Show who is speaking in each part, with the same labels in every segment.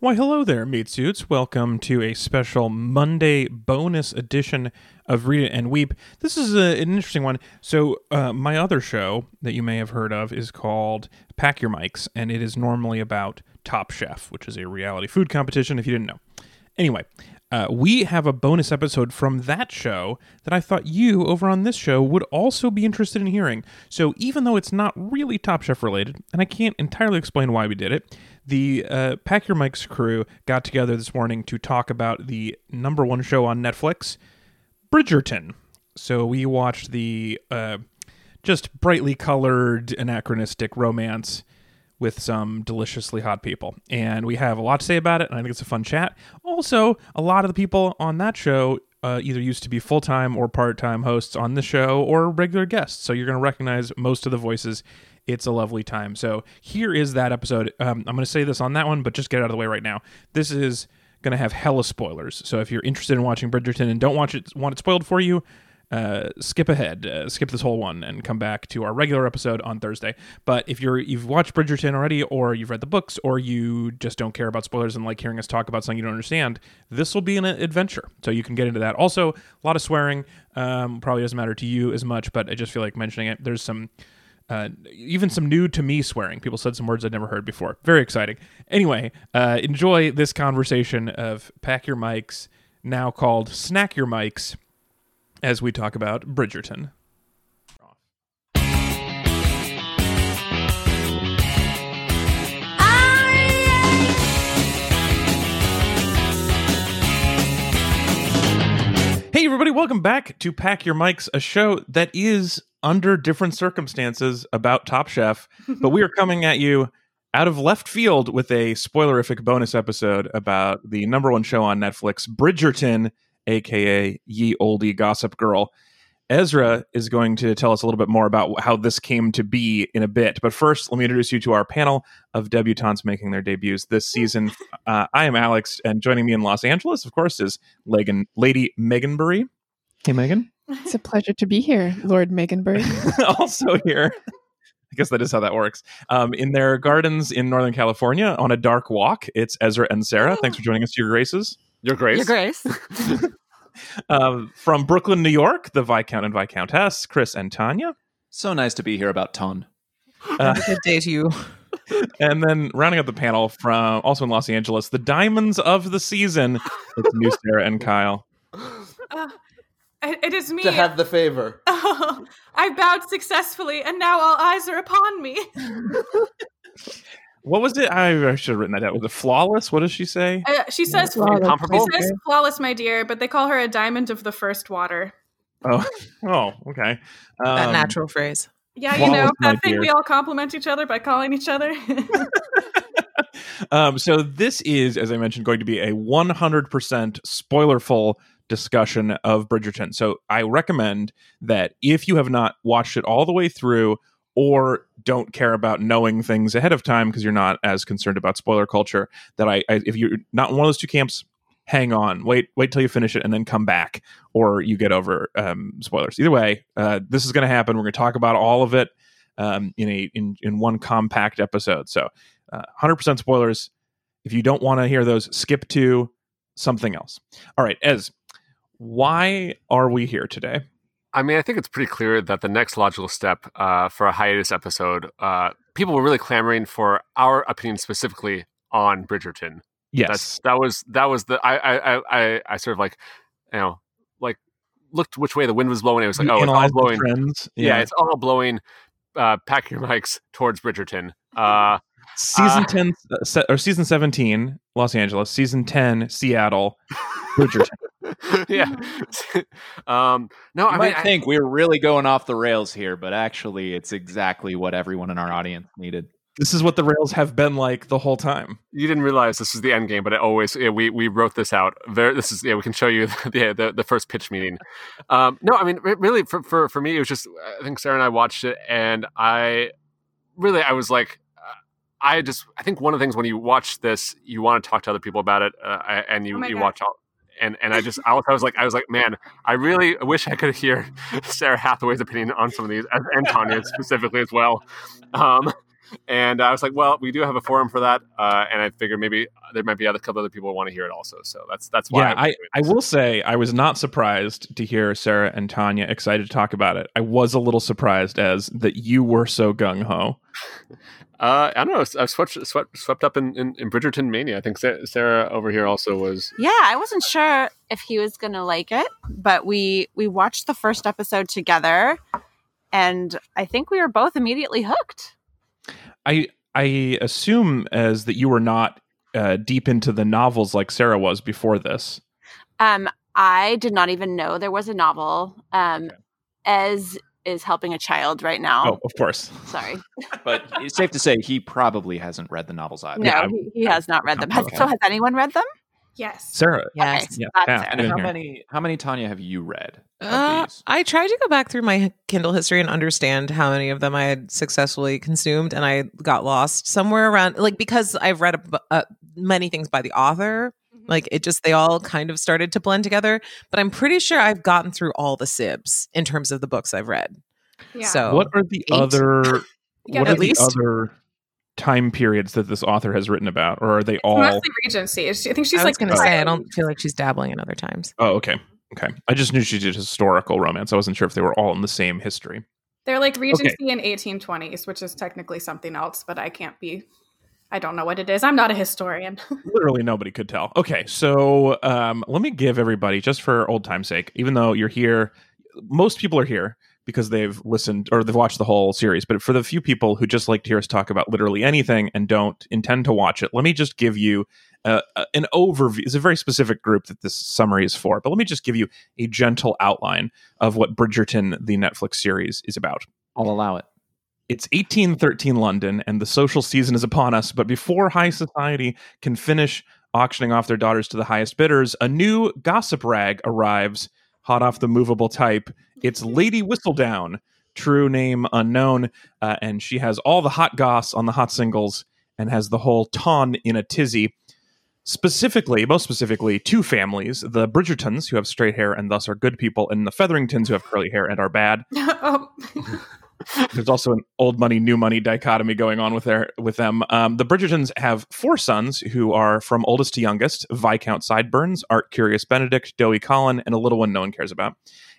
Speaker 1: Why, hello there, meat suits. Welcome to a special Monday bonus edition of Read It and Weep. This is a, an interesting one. So, uh, my other show that you may have heard of is called Pack Your Mics, and it is normally about Top Chef, which is a reality food competition, if you didn't know. Anyway, uh, we have a bonus episode from that show that I thought you over on this show would also be interested in hearing. So, even though it's not really Top Chef related, and I can't entirely explain why we did it, the uh, Pack Your Mics crew got together this morning to talk about the number one show on Netflix, Bridgerton. So, we watched the uh, just brightly colored, anachronistic romance with some deliciously hot people. And we have a lot to say about it, and I think it's a fun chat. Also, a lot of the people on that show uh, either used to be full time or part time hosts on the show or regular guests. So you're going to recognize most of the voices. It's a lovely time. So here is that episode. Um, I'm going to say this on that one, but just get it out of the way right now. This is going to have hella spoilers. So if you're interested in watching Bridgerton and don't watch it, want it spoiled for you, uh, skip ahead, uh, skip this whole one, and come back to our regular episode on Thursday. But if you're you've watched Bridgerton already, or you've read the books, or you just don't care about spoilers and like hearing us talk about something you don't understand, this will be an adventure. So you can get into that. Also, a lot of swearing. Um, probably doesn't matter to you as much, but I just feel like mentioning it. There's some. Uh, even some new to me swearing. People said some words I'd never heard before. Very exciting. Anyway, uh, enjoy this conversation of Pack Your Mics, now called Snack Your Mics, as we talk about Bridgerton. Hey, everybody, welcome back to Pack Your Mics, a show that is under different circumstances about Top Chef, but we are coming at you out of left field with a spoilerific bonus episode about the number one show on Netflix, Bridgerton, aka Ye Oldie Gossip Girl. Ezra is going to tell us a little bit more about how this came to be in a bit. But first, let me introduce you to our panel of debutantes making their debuts this season. uh, I am Alex, and joining me in Los Angeles, of course, is Legan, Lady Megan Bury. Hey, Megan.
Speaker 2: It's a pleasure to be here, Lord Meganberg.
Speaker 1: also here. I guess that is how that works. Um, in their gardens in Northern California on a dark walk, it's Ezra and Sarah. Thanks for joining us, Your Graces.
Speaker 3: Your Grace.
Speaker 4: Your Grace.
Speaker 1: Um, from Brooklyn, New York, the Viscount and Viscountess, Chris and Tanya.
Speaker 3: So nice to be here about Ton.
Speaker 5: Good day to you.
Speaker 1: And then rounding up the panel from also in Los Angeles, the Diamonds of the Season, it's new Sarah and Kyle.
Speaker 6: It it is me.
Speaker 7: to have the favor.
Speaker 6: Oh, I bowed successfully, and now all eyes are upon me.
Speaker 1: What was it? I, I should have written that down. Was it flawless? What does she say?
Speaker 6: Uh, she says,
Speaker 2: Flawless.
Speaker 6: she
Speaker 1: Comparable?
Speaker 6: says flawless, my dear, but they call her a diamond of the first water.
Speaker 1: Oh, oh, okay. Um,
Speaker 5: that natural phrase.
Speaker 6: Yeah, you know,
Speaker 1: Flawless, my
Speaker 6: that thing
Speaker 1: dear.
Speaker 6: we all compliment each other by calling each other.
Speaker 1: um, so this is, as I mentioned, going to be a 100% spoilerful discussion of Bridgerton. So I recommend that if you have not watched it all the way through or don't care about knowing things ahead of time because you're not as concerned about spoiler culture, that I, I if you're not in one of those two camps, hang on, wait, wait till you finish it and then come back, or you get over um, spoilers. Either way, uh, this is going to happen. We're going to talk about all of it um, in a in in one compact episode. So uh, 100% spoilers. If you don't want to hear those, skip to something else. All right, Ez, why are we here today?
Speaker 3: I mean, I think it's pretty clear that the next logical step uh, for a hiatus episode, uh, people were really clamoring for our opinion specifically on Bridgerton.
Speaker 1: Yes.
Speaker 3: That's, that was that was the I I, I I I sort of like you know like looked which way the wind was blowing. It was like
Speaker 1: You
Speaker 3: oh, it's all
Speaker 1: analyze the
Speaker 3: blowing.
Speaker 1: trends.
Speaker 3: Yeah. it's all blowing. Uh, pack your mics towards Bridgerton. Uh,
Speaker 1: season
Speaker 3: uh,
Speaker 1: 10 uh, se- or season 17 Los Angeles, season 10 Seattle, Bridgerton.
Speaker 3: yeah. um, no,
Speaker 8: You
Speaker 3: I
Speaker 8: might
Speaker 3: mean, I-
Speaker 8: think we're really going off the rails here, but actually, it's exactly what everyone in our audience needed.
Speaker 1: this is what the rails have been like the whole time.
Speaker 3: you didn't realize this was the end game, but it always yeah, we we wrote this out. Very, this is yeah, we can show you the the, the first pitch meeting. Um, no, I mean re- really for, for for me it was just I think Sarah and I watched it and I really I was like uh, I just I think one of the things when you watch this you want to talk to other people about it uh, I- and you
Speaker 6: Oh my
Speaker 3: you
Speaker 6: God.
Speaker 3: watch all and and I just I was, I was like I was like man I really wish I could hear Sarah Hathaway's opinion on some of these and Tanya's specifically as well. Um, And I was like, well, we do have a forum for that, uh, and I figured maybe there might be a couple other people who want to hear it also. So that's that's why.
Speaker 1: yeah,
Speaker 3: I'm
Speaker 1: I,
Speaker 3: doing
Speaker 1: I
Speaker 3: this.
Speaker 1: will say I was not surprised to hear Sarah and Tanya excited to talk about it. I was a little surprised as that you were so gung ho.
Speaker 3: Uh, I don't know. I was swept swept, swept up in, in, in Bridgerton mania. I think Sa- Sarah over here also was.
Speaker 4: Yeah, I wasn't sure if he was going to like it, but we we watched the first episode together and I think we were both immediately hooked.
Speaker 1: I I assume as that you were not uh, deep into the novels like Sarah was before this.
Speaker 4: Um I did not even know there was a novel. Um Ez is helping a child right now.
Speaker 1: Oh, of course.
Speaker 4: Sorry.
Speaker 8: But it's safe to say he probably hasn't read the novels either.
Speaker 4: No,
Speaker 1: Yeah,
Speaker 4: he, he has not read them. Has,
Speaker 8: Okay.
Speaker 4: So has anyone read them?
Speaker 6: Yes.
Speaker 1: Sarah.
Speaker 5: Yes.
Speaker 4: Okay,
Speaker 1: Yeah,
Speaker 4: that's
Speaker 1: yeah,
Speaker 4: it.
Speaker 8: And
Speaker 1: Been
Speaker 8: how
Speaker 1: here.
Speaker 8: many how many Tanya have you read? of
Speaker 5: Uh,
Speaker 8: these?
Speaker 5: I tried to go back through my Kindle history and understand how many of them I had successfully consumed, and I got lost somewhere around, like because I've read a bu- uh, many things by the author.
Speaker 6: Mm-hmm.
Speaker 5: Like it just, they all kind of started to blend together. But I'm pretty sure I've gotten through all the sibs in terms of the books I've read.
Speaker 6: Yeah.
Speaker 5: So
Speaker 1: What are the
Speaker 5: eight.
Speaker 1: other
Speaker 6: Yeah,
Speaker 1: what are
Speaker 5: at least.
Speaker 1: the other time periods that this author has written about or are they all
Speaker 6: Mostly Regency. It's- I think she's
Speaker 5: I was
Speaker 6: like
Speaker 5: going to say, I
Speaker 6: five.
Speaker 5: don't feel like she's dabbling in other times.
Speaker 1: Oh, okay. Okay. I just knew she did historical romance. I wasn't sure if they were all in the same history.
Speaker 6: They're like Regency and 1820s, which is technically something else, but I can't be. I don't know what it is. I'm not a historian.
Speaker 1: Literally nobody could tell. Okay, so um, let me give everybody, just for old time's sake, even though you're here, most people are here because they've listened or they've watched the whole series. But for the few people who just like to hear us talk about literally anything and don't intend to watch it, let me just give you uh, uh, an overview. It's a very specific group that this summary is for, but let me just give you a gentle outline of what Bridgerton, the Netflix series, is about.
Speaker 8: I'll allow it.
Speaker 1: It's 1813 London, and the social season is upon us. But before high society can finish auctioning off their daughters to the highest bidders, a new gossip rag arrives, hot off the movable type. It's Lady Whistledown, true name unknown, uh, and she has all the hot goss on the hot singles and has the whole ton in a tizzy. Specifically, most specifically, two families: the Bridgertons, who have straight hair and thus are good people, and the Featheringtons, who have curly hair and are bad
Speaker 6: oh,
Speaker 1: there's also an old money new money dichotomy going on with their with them um, the bridgertons have four sons who are from oldest to youngest viscount sideburns art curious benedict doughy colin and a little one no one cares about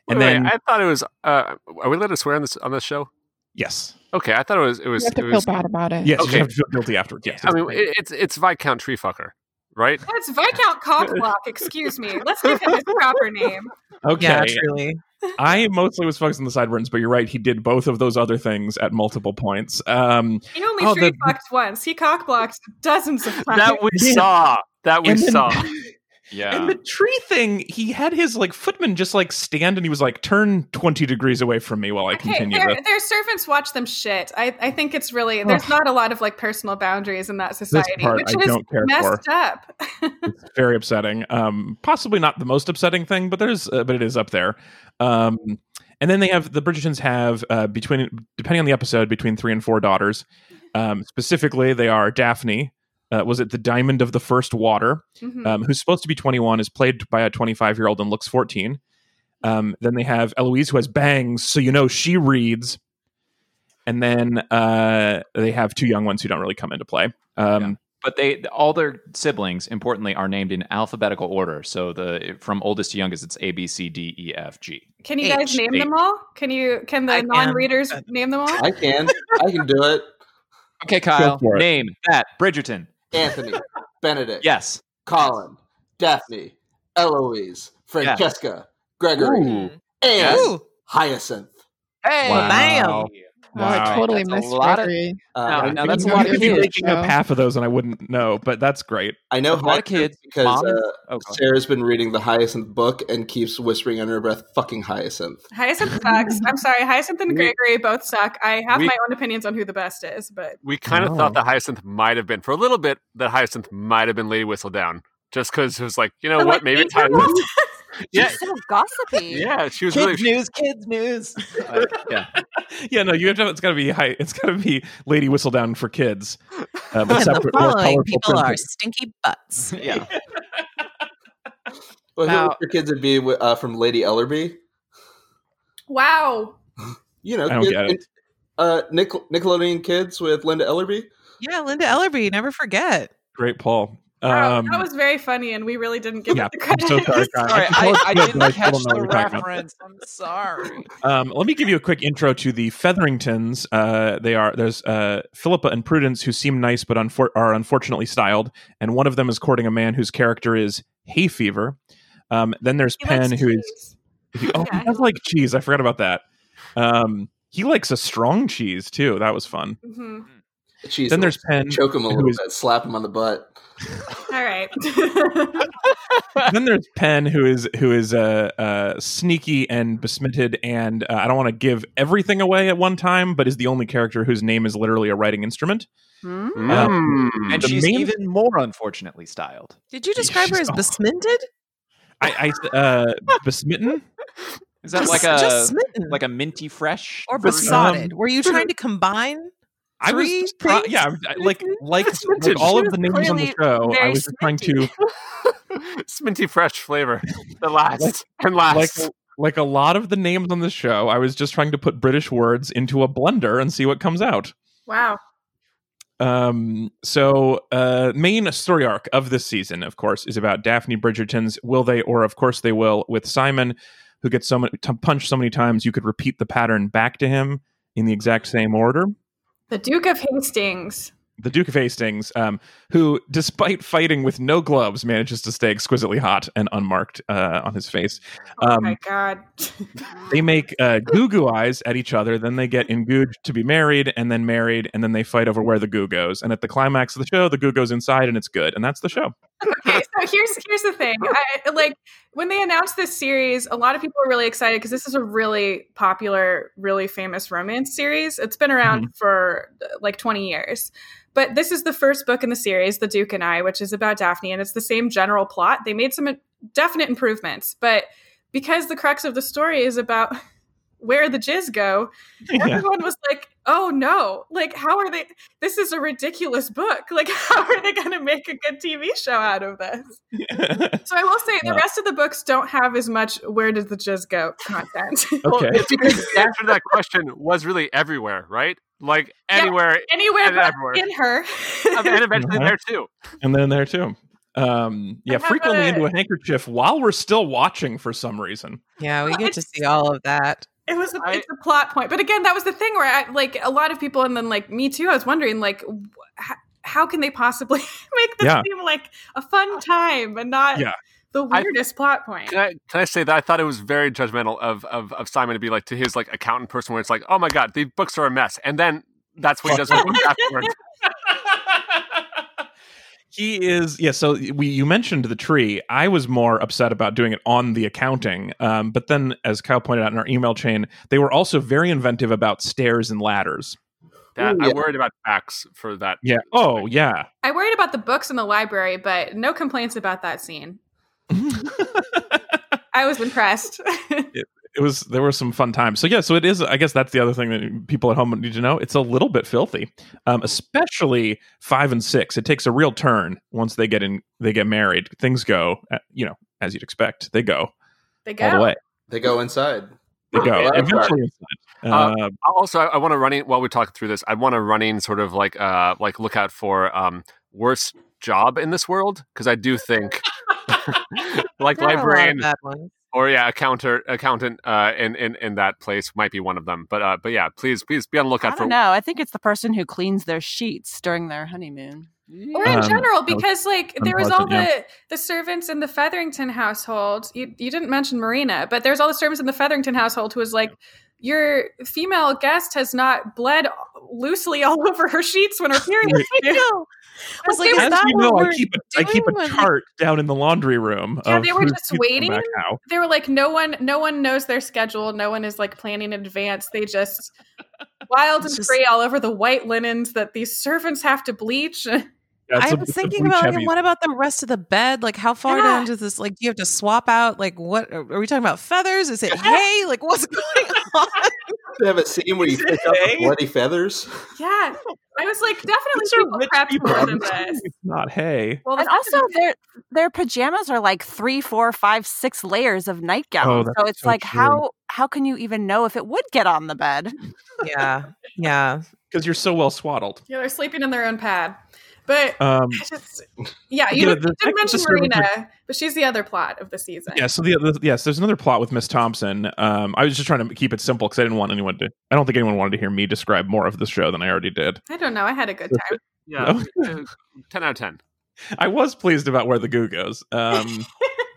Speaker 1: and
Speaker 3: Wait,
Speaker 1: then
Speaker 3: I thought it was. Uh, are we allowed to swear on this on this show?
Speaker 1: yes
Speaker 3: Okay, I thought it was. It was.
Speaker 2: you have
Speaker 3: It
Speaker 2: to feel
Speaker 3: was
Speaker 2: bad about it.
Speaker 1: yes
Speaker 3: Okay.
Speaker 1: you have to feel guilty afterwards yes
Speaker 3: I mean, it, it's it's Viscount Treefucker, right?
Speaker 6: that's Viscount Cockblock. Excuse me. Let's give him his proper name.
Speaker 1: okay
Speaker 5: Yeah, truly.
Speaker 1: i mostly was focused on the sideburns but you're right he did both of those other things at multiple points um
Speaker 6: He only
Speaker 1: Oh, the-
Speaker 6: tree fucked once. He cockblocked dozens of times.
Speaker 3: That we
Speaker 1: Yeah.
Speaker 3: saw. That we
Speaker 1: And then-
Speaker 3: saw.
Speaker 8: Yeah.
Speaker 1: And the tree thing, he had his like footman just like stand and he was like, turn 20 degrees away from me while I
Speaker 6: Okay,
Speaker 1: continue
Speaker 6: their,
Speaker 1: this.
Speaker 6: their servants watch them shit. I, I think it's really there's
Speaker 1: Ugh.
Speaker 6: not a lot of like personal boundaries in that
Speaker 1: This
Speaker 6: society,
Speaker 1: part
Speaker 6: which
Speaker 1: I
Speaker 6: is
Speaker 1: don't care for.
Speaker 6: messed up.
Speaker 1: very upsetting. Um, possibly not the most upsetting thing, but there's, uh, but it is up there. Um, and then they have the Bridgertons have uh, between depending on the episode between three and four daughters. Um, specifically, they are Daphne. Uh, was it the Diamond of the First Water?
Speaker 6: Mhm.
Speaker 1: um, who's supposed to be 21, is played by a 25 year old and looks 14. Um, then they have Eloise, who has bangs, so you know she reads. And then uh, they have two young ones who don't really come into play. Um,
Speaker 8: But they all their siblings, importantly, are named in alphabetical order. So the from oldest to youngest, it's A B C D E F G.
Speaker 6: Can you guys
Speaker 5: H.
Speaker 6: name them all? Can you can the
Speaker 5: I can. Uh,
Speaker 6: non-readers name them all?
Speaker 7: I can. I can do it.
Speaker 8: Okay, Kyle.
Speaker 1: for it.
Speaker 8: Name that Bridgerton.
Speaker 7: Anthony, Benedict,
Speaker 8: Yes.
Speaker 7: Colin, Daphne, Eloise, Francesca, Gregory,
Speaker 5: Mm.
Speaker 7: and
Speaker 5: Ooh.
Speaker 7: Hyacinth.
Speaker 8: Hey,
Speaker 5: Wow. bam.
Speaker 2: Oh, I totally
Speaker 8: That's a
Speaker 2: missed
Speaker 8: lot of-
Speaker 2: Gregory.
Speaker 7: Uh,
Speaker 8: Now-
Speaker 7: I
Speaker 8: now
Speaker 7: think
Speaker 8: that's a
Speaker 7: you
Speaker 8: lot
Speaker 7: know
Speaker 2: of
Speaker 1: You'd be
Speaker 7: kids.
Speaker 2: kids.
Speaker 1: making up
Speaker 2: show.
Speaker 1: half of those, and I wouldn't know, but that's great.
Speaker 7: I
Speaker 8: A
Speaker 7: know
Speaker 8: lot of
Speaker 7: Hyacinth
Speaker 8: kids.
Speaker 7: because
Speaker 8: Mom is-
Speaker 7: uh,
Speaker 8: Oh, God.
Speaker 7: Sarah's been reading the Hyacinth book and keeps whispering under her breath, "Fucking Hyacinth."
Speaker 6: Hyacinth sucks. I'm sorry. Hyacinth and
Speaker 3: We-
Speaker 6: Gregory both suck. I have
Speaker 3: we-
Speaker 6: my own opinions on who the best is, but
Speaker 3: We kind of
Speaker 1: Oh.
Speaker 3: thought that Hyacinth might have been for a little bit. That Hyacinth might have been Lady Whistledown, just because it was like, you know
Speaker 6: I'm
Speaker 3: what?
Speaker 6: like,
Speaker 3: Maybe it's
Speaker 6: "Thank you."
Speaker 3: Hyacinth. yeah,
Speaker 4: She's so gossipy.
Speaker 3: yeah. She was
Speaker 8: Kids
Speaker 3: really.
Speaker 8: news. Kids news. Uh, yeah.
Speaker 1: Yeah, no, you have to. It's got to be high. It's got to be Lady Whistledown for kids. Uh, but
Speaker 5: And the
Speaker 1: separate, more
Speaker 5: following
Speaker 1: colorful
Speaker 5: people are
Speaker 1: printed.
Speaker 5: stinky butts.
Speaker 8: Yeah.
Speaker 7: Well, who
Speaker 5: Now-
Speaker 7: would your kids would be wi- uh, from Lady Ellerby?
Speaker 6: wow.
Speaker 7: You know,
Speaker 1: I don't
Speaker 7: kids
Speaker 1: get it.
Speaker 7: in- Uh, Nic- Nickelodeon Kids with Linda Ellerby.
Speaker 5: Yeah, Linda Ellerby, never forget.
Speaker 1: Great, Paul.
Speaker 6: Wow,
Speaker 1: Um,
Speaker 6: that was very funny, and we really didn't give
Speaker 1: yeah,
Speaker 6: it the
Speaker 1: I'm
Speaker 6: credit.
Speaker 1: so sorry. Kyle.
Speaker 5: Sorry,
Speaker 1: can tell it's good, but still don't know what we're talking about.
Speaker 5: I'm sorry.
Speaker 1: Um, let me give you a quick intro to the Featheringtons. Uh, they are there's uh, Philippa and Prudence, who seem nice but unfor- are unfortunately styled, and one of them is courting a man whose character is hay fever. Um, then there's
Speaker 6: He
Speaker 1: Penn,
Speaker 6: likes
Speaker 1: who is
Speaker 6: cheese.
Speaker 1: oh,
Speaker 4: Yeah.
Speaker 1: he does like cheese. I forgot about that. Um, he likes a strong cheese too. That was fun.
Speaker 6: Mhm.
Speaker 7: Jeez,
Speaker 1: Then there's Penn.
Speaker 7: choke him a
Speaker 1: who
Speaker 7: little
Speaker 1: is-
Speaker 7: bit, slap him on the butt.
Speaker 6: All right.
Speaker 1: then there's Penn, who is who is uh, uh, sneaky and besmitted, and uh, I don't want to give everything away at one time, but is the only character whose name is literally a writing instrument.
Speaker 4: Hmm?
Speaker 3: Mm.
Speaker 8: And
Speaker 1: The
Speaker 8: she's
Speaker 1: main-
Speaker 8: even more unfortunately styled.
Speaker 5: Did you describe her
Speaker 1: she's
Speaker 5: as
Speaker 1: awful.
Speaker 5: besminted?
Speaker 1: I, I uh, besmitten.
Speaker 8: Is that
Speaker 5: Just-
Speaker 8: like a
Speaker 5: just smitten
Speaker 8: like a minty fresh
Speaker 5: or
Speaker 8: version?
Speaker 5: besotted? Were you trying to combine?
Speaker 1: I was
Speaker 5: Three
Speaker 1: just try-
Speaker 5: things?
Speaker 1: yeah, I- I- like like like
Speaker 3: Sminted.
Speaker 1: all
Speaker 4: She
Speaker 1: of the
Speaker 4: was
Speaker 1: names on the
Speaker 4: clearly
Speaker 1: show. I
Speaker 4: very
Speaker 1: was just trying to
Speaker 3: Sminty fresh flavor. The last and last.
Speaker 1: like like a lot of the names on the show. I was just trying to put British words into a blender and see what comes out.
Speaker 6: wow.
Speaker 1: Um, so uh, main story arc of this season, of course, is about Daphne Bridgerton's "Will They or Of Course They Will" with Simon, who gets so many, t- punched so many times you could repeat the pattern back to him in the exact same order.
Speaker 6: The Duke of Hastings.
Speaker 1: the Duke of Hastings, um, who, despite fighting with no gloves, manages to stay exquisitely hot and unmarked uh, on his face.
Speaker 6: Oh
Speaker 1: Um,
Speaker 6: my God.
Speaker 1: They make uh, goo goo eyes at each other, then they get engaged to be married, and then married, and then they fight over where the goo goes. And at the climax of the show, the goo goes inside, and it's good. And that's the show.
Speaker 6: okay, so here's here's the thing. I, like when they announced this series, a lot of people were really excited because this is a really popular, really famous romance series. It's been around for uh, like 20 years. But this is the first book in the series, The Duke and I, which is about Daphne, and it's the same general plot. They made some uh, definite improvements, but because the crux of the story is about where the jizz go,
Speaker 1: Yeah.
Speaker 6: everyone was like, "Oh no! Like, how are they? This is a ridiculous book. Like, how are they going to make a good TV show out of this?" So I will say, the
Speaker 1: Yeah.
Speaker 6: rest of the books don't have as much "Where does the jizz go?" content
Speaker 1: okay.
Speaker 3: Well, it's because the answer to that question was really everywhere, right? Like
Speaker 6: Yeah.
Speaker 3: anywhere
Speaker 6: anywhere
Speaker 3: And
Speaker 6: but
Speaker 3: everywhere.
Speaker 6: in her.
Speaker 3: and eventually
Speaker 1: Uh-huh.
Speaker 3: there too.
Speaker 1: And then there, too. Um, yeah,
Speaker 6: I have
Speaker 1: frequently
Speaker 6: a-
Speaker 1: into a handkerchief while we're still watching for some reason.
Speaker 5: Yeah, we
Speaker 6: Well,
Speaker 5: get to see all of that.
Speaker 6: It was a,
Speaker 3: I-
Speaker 6: it's a plot point, but again, that was the thing where I like a lot of people, and then like me too. I was wondering like. Wh- how can they possibly make this
Speaker 1: Yeah.
Speaker 6: seem like a fun time and not
Speaker 1: Yeah.
Speaker 6: the
Speaker 3: I-
Speaker 6: weirdest plot point?
Speaker 3: Can I can I say that I thought it was very judgmental of of, of Simon to be like to his like accountant person where it's like, oh my god, these books are a mess, and then that's what he does with them afterwards.
Speaker 1: he is yeah so we you mentioned the tree i was more upset about doing it on the accounting um, but then as kyle pointed out in our email chain they were also very inventive about stairs and ladders
Speaker 3: That,
Speaker 7: Ooh,
Speaker 3: I
Speaker 7: yeah.
Speaker 3: worried about facts for that.
Speaker 1: yeah oh yeah
Speaker 6: I worried about the books in the library, but no complaints about that scene. I was impressed.
Speaker 1: it was there were some fun times so yeah so it is i guess that's the other thing that people at home need to know it's a little bit filthy um, especially five and six it takes a real turn once they get in they get married things go uh, you know as you'd expect they go
Speaker 6: they
Speaker 1: all the
Speaker 6: go.
Speaker 1: way
Speaker 7: They go inside.
Speaker 1: they go
Speaker 7: Yeah, that's right.
Speaker 1: eventually
Speaker 3: Uh,
Speaker 1: uh,
Speaker 3: Also, I, I want to running while we talk through this. I want to running sort of like uh like look out for um worst job in this world because I do think like
Speaker 5: There are a lot of
Speaker 3: librarian
Speaker 5: bad ones.
Speaker 3: or yeah accountant accountant uh in, in in that place might be one of them. But uh but yeah, please please be on the
Speaker 4: I
Speaker 3: lookout
Speaker 4: don't
Speaker 3: for
Speaker 4: know. I think it's the person who cleans their sheets during their honeymoon.
Speaker 6: Or in
Speaker 1: Um,
Speaker 6: general,
Speaker 1: that was
Speaker 6: because like there was all
Speaker 1: unpleasant,
Speaker 6: the the servants in the Featherington household. You, you didn't mention Marina, but there's all the servants in the Featherington household who was like, "Your female guest has not bled loosely all over her sheets when her period." is due."
Speaker 5: I was like,
Speaker 6: Like, they
Speaker 5: is
Speaker 1: As
Speaker 5: that
Speaker 1: you
Speaker 5: what
Speaker 1: know,
Speaker 5: we're
Speaker 1: I keep a, I keep
Speaker 5: doing
Speaker 1: a
Speaker 5: with-
Speaker 1: chart down in the laundry room.
Speaker 6: Yeah,
Speaker 1: of
Speaker 6: they were
Speaker 1: who's
Speaker 6: just
Speaker 1: due to come
Speaker 6: waiting.
Speaker 1: back now.
Speaker 6: they were like no one no one knows their schedule no one is like planning in advance they just wild
Speaker 5: It's
Speaker 6: and
Speaker 5: just-
Speaker 6: free all over the white linens that these servants have to bleach
Speaker 5: I was thinking about like, what about the rest of the bed? Like, how far
Speaker 4: Yeah.
Speaker 5: down does this? Like, do you have to swap out? Like, what are we talking about? Feathers? Is it hay? Like, what's going on?
Speaker 7: They have a scene where you pick up the bloody feathers.
Speaker 6: Yeah, I was like, definitely
Speaker 1: These are
Speaker 6: people
Speaker 1: rich
Speaker 6: prepped
Speaker 1: people.
Speaker 6: more than this.
Speaker 1: It's not hay.
Speaker 6: Well,
Speaker 4: and
Speaker 6: the fact
Speaker 4: also
Speaker 6: that-
Speaker 4: their their pajamas are like three, four, five, six layers of
Speaker 1: Oh,
Speaker 4: nightgowns.
Speaker 1: that's
Speaker 4: so it's
Speaker 1: so
Speaker 4: like
Speaker 1: true.
Speaker 4: how how can you even know if it would get on the bed?
Speaker 5: yeah, yeah.
Speaker 1: Because you're so well swaddled.
Speaker 6: yeah, they're sleeping in their own pad. But
Speaker 1: Um,
Speaker 6: I just,
Speaker 1: Yeah,
Speaker 6: yeah, you
Speaker 1: the
Speaker 6: didn't you didn't
Speaker 1: second
Speaker 6: mention
Speaker 1: sister was
Speaker 6: Marina, but she's the other plot of the season.
Speaker 1: yeah, so the, the yes, there's another plot with Miss Thompson. Um, I was just trying to keep it simple because I didn't want anyone to. I don't think anyone wanted to hear me describe more of the show than I already did.
Speaker 6: I don't know. I had a good time.
Speaker 3: Yeah, uh, ten out of ten.
Speaker 1: I was pleased about where the goo goes. Um,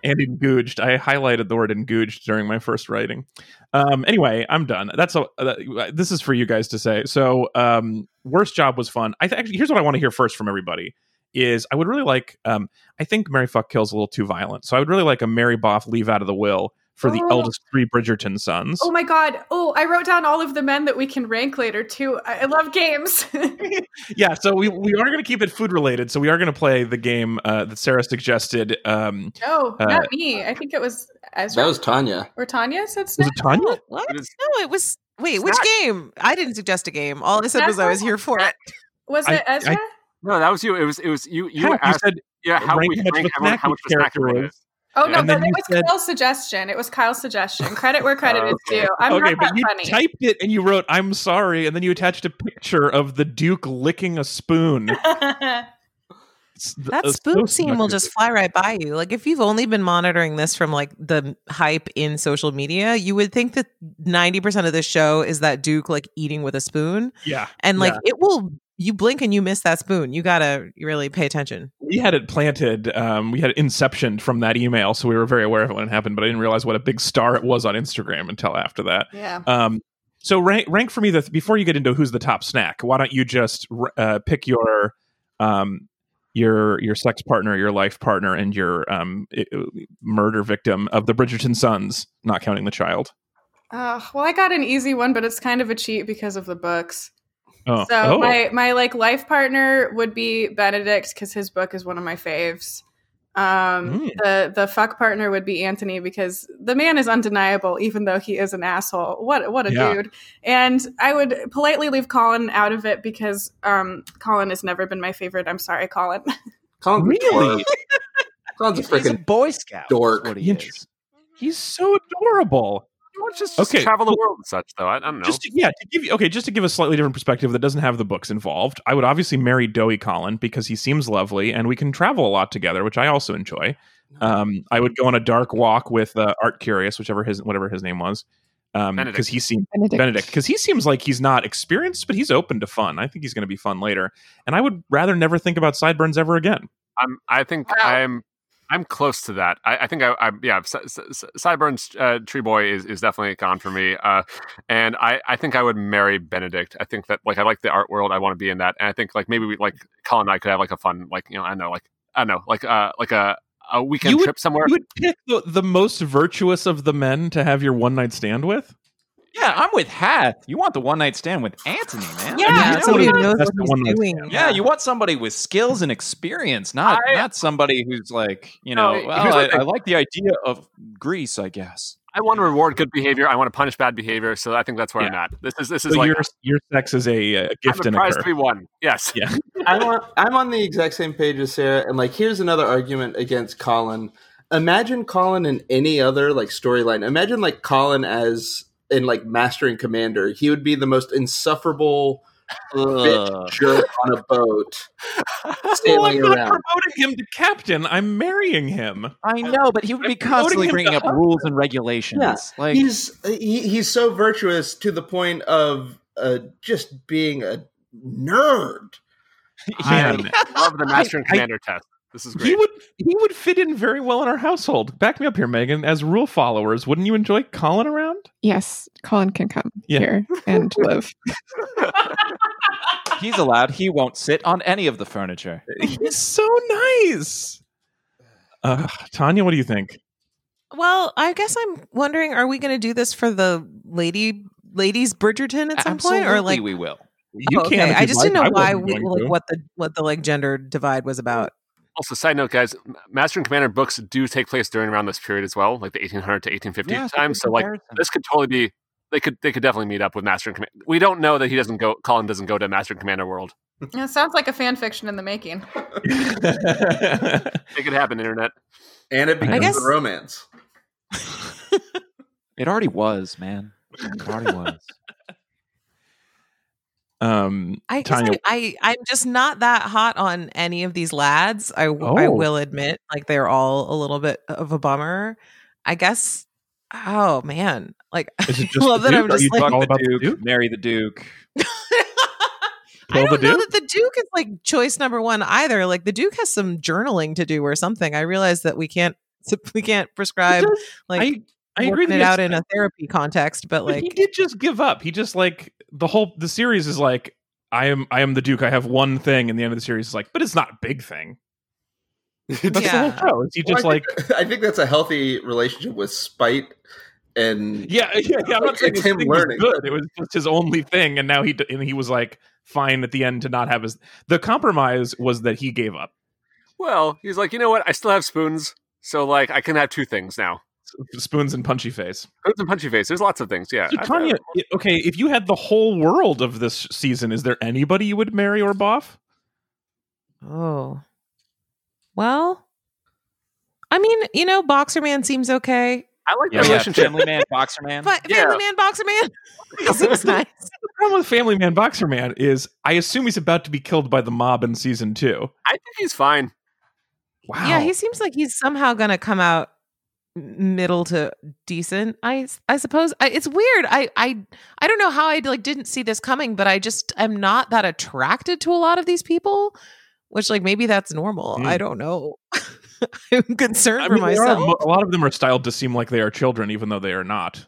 Speaker 1: and engaged. I highlighted the word engaged during my first writing. Um, anyway, I'm done. That's a, uh, this is for you guys to say. So, um, worst job was fun. I th- actually here's what I want to hear first from everybody is I would really like. Um, I think Mary Fuck Kill's a little too violent, so I would really like a Mary Boff leave out of the will for the
Speaker 6: Oh.
Speaker 1: eldest three Bridgerton sons.
Speaker 6: Oh my god! Oh, I wrote down all of the men that we can rank later too. I, I love games.
Speaker 1: yeah so we, we are going to keep it food related so we are going to play the game uh, that sarah suggested um,
Speaker 6: no,
Speaker 1: Uh,
Speaker 6: not me. I think it was Ezra
Speaker 7: That was Tanya.
Speaker 6: or Tanya said
Speaker 1: was
Speaker 6: Snap.
Speaker 1: it tanya
Speaker 5: What? what?
Speaker 3: It
Speaker 5: No,
Speaker 3: is-
Speaker 5: it was. Wait, which
Speaker 3: Snack.
Speaker 5: game? I didn't suggest a game. All I said was I was here for it.
Speaker 6: Was
Speaker 1: I-
Speaker 6: it Ezra?
Speaker 3: No, that was you. It was it was you. You
Speaker 1: Heck,
Speaker 3: asked,
Speaker 1: said
Speaker 3: yeah, how
Speaker 1: rank
Speaker 3: we
Speaker 1: how much
Speaker 3: rank
Speaker 1: of a
Speaker 3: everyone,
Speaker 1: snack
Speaker 3: how
Speaker 1: each
Speaker 3: much the snack
Speaker 1: character
Speaker 3: everyone
Speaker 1: is.
Speaker 3: is.
Speaker 6: oh
Speaker 1: yeah.
Speaker 6: no,
Speaker 1: And
Speaker 6: but
Speaker 1: then
Speaker 6: it
Speaker 1: you
Speaker 6: was
Speaker 1: said- Oh,
Speaker 6: Kyle's suggestion. It was Kyle's suggestion. Credit where credit
Speaker 3: Okay.
Speaker 6: is due. I'm
Speaker 1: okay,
Speaker 6: not
Speaker 1: but
Speaker 6: that
Speaker 1: you
Speaker 6: funny.
Speaker 1: typed it and you wrote "I'm sorry," and then you attached a picture of the Duke licking a spoon. It's th-
Speaker 5: That
Speaker 1: uh, so
Speaker 5: spoon scene will
Speaker 1: seductive.
Speaker 5: just fly right by you. Like if you've only been monitoring this from like the hype in social media, you would think that 90% of this show is that Duke like eating with a spoon.
Speaker 1: yeah.
Speaker 5: And like it will you blink and you miss that spoon. You gotta really pay attention.
Speaker 1: We had it planted. Um, we had it inceptioned from that email, so we were very aware of it when it happened. But I didn't realize what a big star it was on Instagram until after that.
Speaker 6: yeah.
Speaker 1: Um, so rank rank for me the before you get into who's the top snack. Why don't you just r- uh, pick your um, your your sex partner, your life partner, and your um, i- i- murder victim of the Bridgerton sons, not counting the child.
Speaker 6: Uh, well, I got an easy one, but it's kind of a cheat because of the books.
Speaker 1: Oh,
Speaker 6: So
Speaker 1: Oh.
Speaker 6: my my like life partner would be Benedict because his book is one of my faves. Um,
Speaker 1: Mm.
Speaker 6: the the fuck partner would be Anthony because the man is undeniable, even though he is an asshole. What what a
Speaker 1: Yeah.
Speaker 6: dude! And I would politely leave Colin out of it because um, Colin has never been my favorite. I'm sorry, Colin.
Speaker 7: Colin's a
Speaker 1: Really?
Speaker 7: dork. Colin's a
Speaker 9: He's a
Speaker 7: freaking
Speaker 9: Boy Scout. is
Speaker 7: dork.
Speaker 9: What he is.
Speaker 1: Interest- He's so adorable.
Speaker 3: You want just,
Speaker 1: Okay,
Speaker 3: just travel the
Speaker 1: cool.
Speaker 3: world and such, though. I, I don't know.
Speaker 1: Just to, yeah, to give you okay, just to give a slightly different perspective that doesn't have the books involved. I would obviously marry Doey Colin because he seems lovely, and we can travel a lot together, which I also enjoy. Um, I would go on a dark walk with uh, Art Curious, whichever his whatever his name was,
Speaker 3: Benedict.
Speaker 1: because he seemed
Speaker 2: Benedict.
Speaker 1: Benedict because he seems like he's not experienced, but he's open to fun. I think he's going to be fun later, and I would rather never think about sideburns ever again.
Speaker 3: I'm. I think I'm. I'm close to that. I, I think I, I yeah. S- S- S- Cyburns uh, Tree Boy is, is definitely gone for me, uh, and I, I think I would marry Benedict. I think that like I like the art world. I want to be in that, and I think like maybe we like Colin and I could have like a fun like you know I don't know like I don't know like uh like a a weekend
Speaker 1: You would-
Speaker 3: trip somewhere.
Speaker 1: You would pick the, the most virtuous of the men to have your one night stand with.
Speaker 8: Yeah, I'm with Hath. You want the one night stand with Anthony, man.
Speaker 4: Yeah,
Speaker 8: I mean, you
Speaker 5: Yeah, somebody
Speaker 8: know,
Speaker 5: who knows
Speaker 1: That's the
Speaker 5: what
Speaker 1: one
Speaker 5: he's
Speaker 1: that's-
Speaker 5: doing.
Speaker 8: yeah, you want somebody with skills and experience, not
Speaker 3: I-
Speaker 8: not somebody who's like, you
Speaker 3: No,
Speaker 8: know,
Speaker 3: here's
Speaker 8: well,
Speaker 3: the
Speaker 8: I,
Speaker 3: thing.
Speaker 8: I like the idea of Greece, I guess.
Speaker 3: I want to reward good behavior. I want to punish bad behavior. So I think that's where I'm at. This is this is
Speaker 1: So
Speaker 3: like
Speaker 1: your your sex is a, uh
Speaker 3: I'm
Speaker 1: gift
Speaker 3: a
Speaker 1: and a
Speaker 3: prize
Speaker 1: curse.
Speaker 3: to be won. Yes.
Speaker 1: Yeah.
Speaker 7: I'm on, I'm on the exact same page as Sarah, and like here's another argument against Colin. Imagine Colin in any other like storyline. Imagine like Colin as in like Master and Commander. He would be the most insufferable bitch jerk on a boat
Speaker 1: Well, I'm
Speaker 7: sailing
Speaker 1: not
Speaker 7: around.
Speaker 1: promoting him to captain. I'm marrying him.
Speaker 8: I know, but he would
Speaker 1: constantly
Speaker 8: be constantly
Speaker 1: bringing
Speaker 8: bringing
Speaker 1: up
Speaker 8: up rules and regulations.
Speaker 7: Yeah.
Speaker 8: Like,
Speaker 7: He's he, he's so virtuous to the point of uh, just being a nerd.
Speaker 3: I
Speaker 1: Man,
Speaker 3: love the master and
Speaker 1: I- I-
Speaker 3: commander test. This is
Speaker 1: he
Speaker 3: great.
Speaker 1: would he would fit in very well in our household. Back me up here, Megan. As rule followers, wouldn't you enjoy Colin around?
Speaker 2: Yes, Colin can come
Speaker 1: Yeah.
Speaker 2: here and live.
Speaker 8: he's allowed. He won't sit on any of the furniture.
Speaker 1: Uh, He's so nice. Uh, Tanya, what do you think?
Speaker 5: Well, I guess I'm wondering, are we gonna do this for the lady ladies Bridgerton at some point? Or
Speaker 8: Absolutely
Speaker 5: like
Speaker 8: we will.
Speaker 1: You
Speaker 5: Oh,
Speaker 1: can.
Speaker 5: okay.
Speaker 1: if
Speaker 5: I
Speaker 1: you'd
Speaker 5: just
Speaker 1: like.
Speaker 5: didn't know why
Speaker 1: wasn't
Speaker 5: we,
Speaker 1: going
Speaker 5: like,
Speaker 1: to.
Speaker 5: what the what the like gender divide was about.
Speaker 3: Also, side note, guys, M- Master and Commander books do take place during around this period as well, like the 1800 to 1850
Speaker 8: Yeah, it's a
Speaker 3: time.
Speaker 8: good
Speaker 3: So, like,
Speaker 8: comparison.
Speaker 3: this could totally be. They could they could definitely meet up with Master and Commander. We don't know that he doesn't go. Colin doesn't go to Master and Commander World.
Speaker 6: It sounds like a fan fiction in the making.
Speaker 3: It could happen, internet.
Speaker 7: and it becomes
Speaker 5: guess-
Speaker 7: a romance.
Speaker 8: it already was, man. It already was.
Speaker 1: Um,
Speaker 5: I, guess
Speaker 1: Tanya-
Speaker 5: I, I I'm just not that hot on any of these lads. I w- I
Speaker 1: Oh.
Speaker 5: will admit, like they're all a little bit of a bummer. I guess. Oh man, like
Speaker 1: Is it
Speaker 5: I
Speaker 1: just
Speaker 5: love
Speaker 1: the
Speaker 5: that
Speaker 1: Duke?
Speaker 5: I'm
Speaker 1: Are
Speaker 5: just
Speaker 1: you
Speaker 5: like.
Speaker 1: all
Speaker 8: Fuck the
Speaker 1: about the
Speaker 8: Duke,
Speaker 1: Duke?
Speaker 8: marry the Duke.
Speaker 1: Well,
Speaker 5: I
Speaker 1: the
Speaker 5: don't know
Speaker 1: Duke?
Speaker 5: that the Duke is like choice number one either. Like the Duke has some journaling to do or something. I realize that we can't we can't prescribe like
Speaker 1: I, I agree
Speaker 5: working
Speaker 1: with
Speaker 5: it
Speaker 1: you.
Speaker 5: out in a therapy context, but
Speaker 1: But
Speaker 5: like
Speaker 1: he did just give up. He just like the whole the series is like I am I am the Duke. I have one thing, and the end of the series is like, but it's not a big thing. That's the
Speaker 5: Yeah.
Speaker 1: whole show. Is he just
Speaker 7: Well, I
Speaker 1: like
Speaker 7: think- I think that's a healthy relationship with spite and
Speaker 1: yeah yeah yeah? I'm not saying
Speaker 7: It's
Speaker 1: his
Speaker 7: him
Speaker 1: thing was
Speaker 7: learning.
Speaker 1: good. It was just his only thing, and now he d- and he was like fine at the end to not have his. The compromise was that he gave up.
Speaker 3: Well, he's like, you know what? I still have spoons, so like I can have two things now.
Speaker 1: Spoons and punchy face.
Speaker 3: Spoons and punchy face. There's lots of things. Yeah.
Speaker 1: So
Speaker 3: I- I-
Speaker 1: Tanya, i- okay, if you had the whole world of this season, is there anybody you would marry or boff?
Speaker 5: Oh. Well, I mean, you know, Boxer Man seems okay.
Speaker 3: I like
Speaker 8: Yeah,
Speaker 3: the
Speaker 8: yeah,
Speaker 3: relationship.
Speaker 8: family man, boxer man.
Speaker 5: But
Speaker 3: Yeah.
Speaker 5: Family Man, Boxer Man he seems nice.
Speaker 1: The problem with Family Man Boxer Man is I assume he's about to be killed by the mob in season two.
Speaker 3: I think he's fine.
Speaker 1: Wow.
Speaker 5: Yeah, he seems like he's somehow going to come out m- middle to decent. I s- I suppose I, it's weird. I I I don't know how I like didn't see this coming, but I just am not that attracted to a lot of these people, which like maybe that's normal.
Speaker 1: Hmm.
Speaker 5: I don't know. I'm concerned
Speaker 1: I
Speaker 5: for
Speaker 1: mean, they are-
Speaker 5: myself.
Speaker 1: mo- a lot of them are styled to seem like they are children, even though they are not.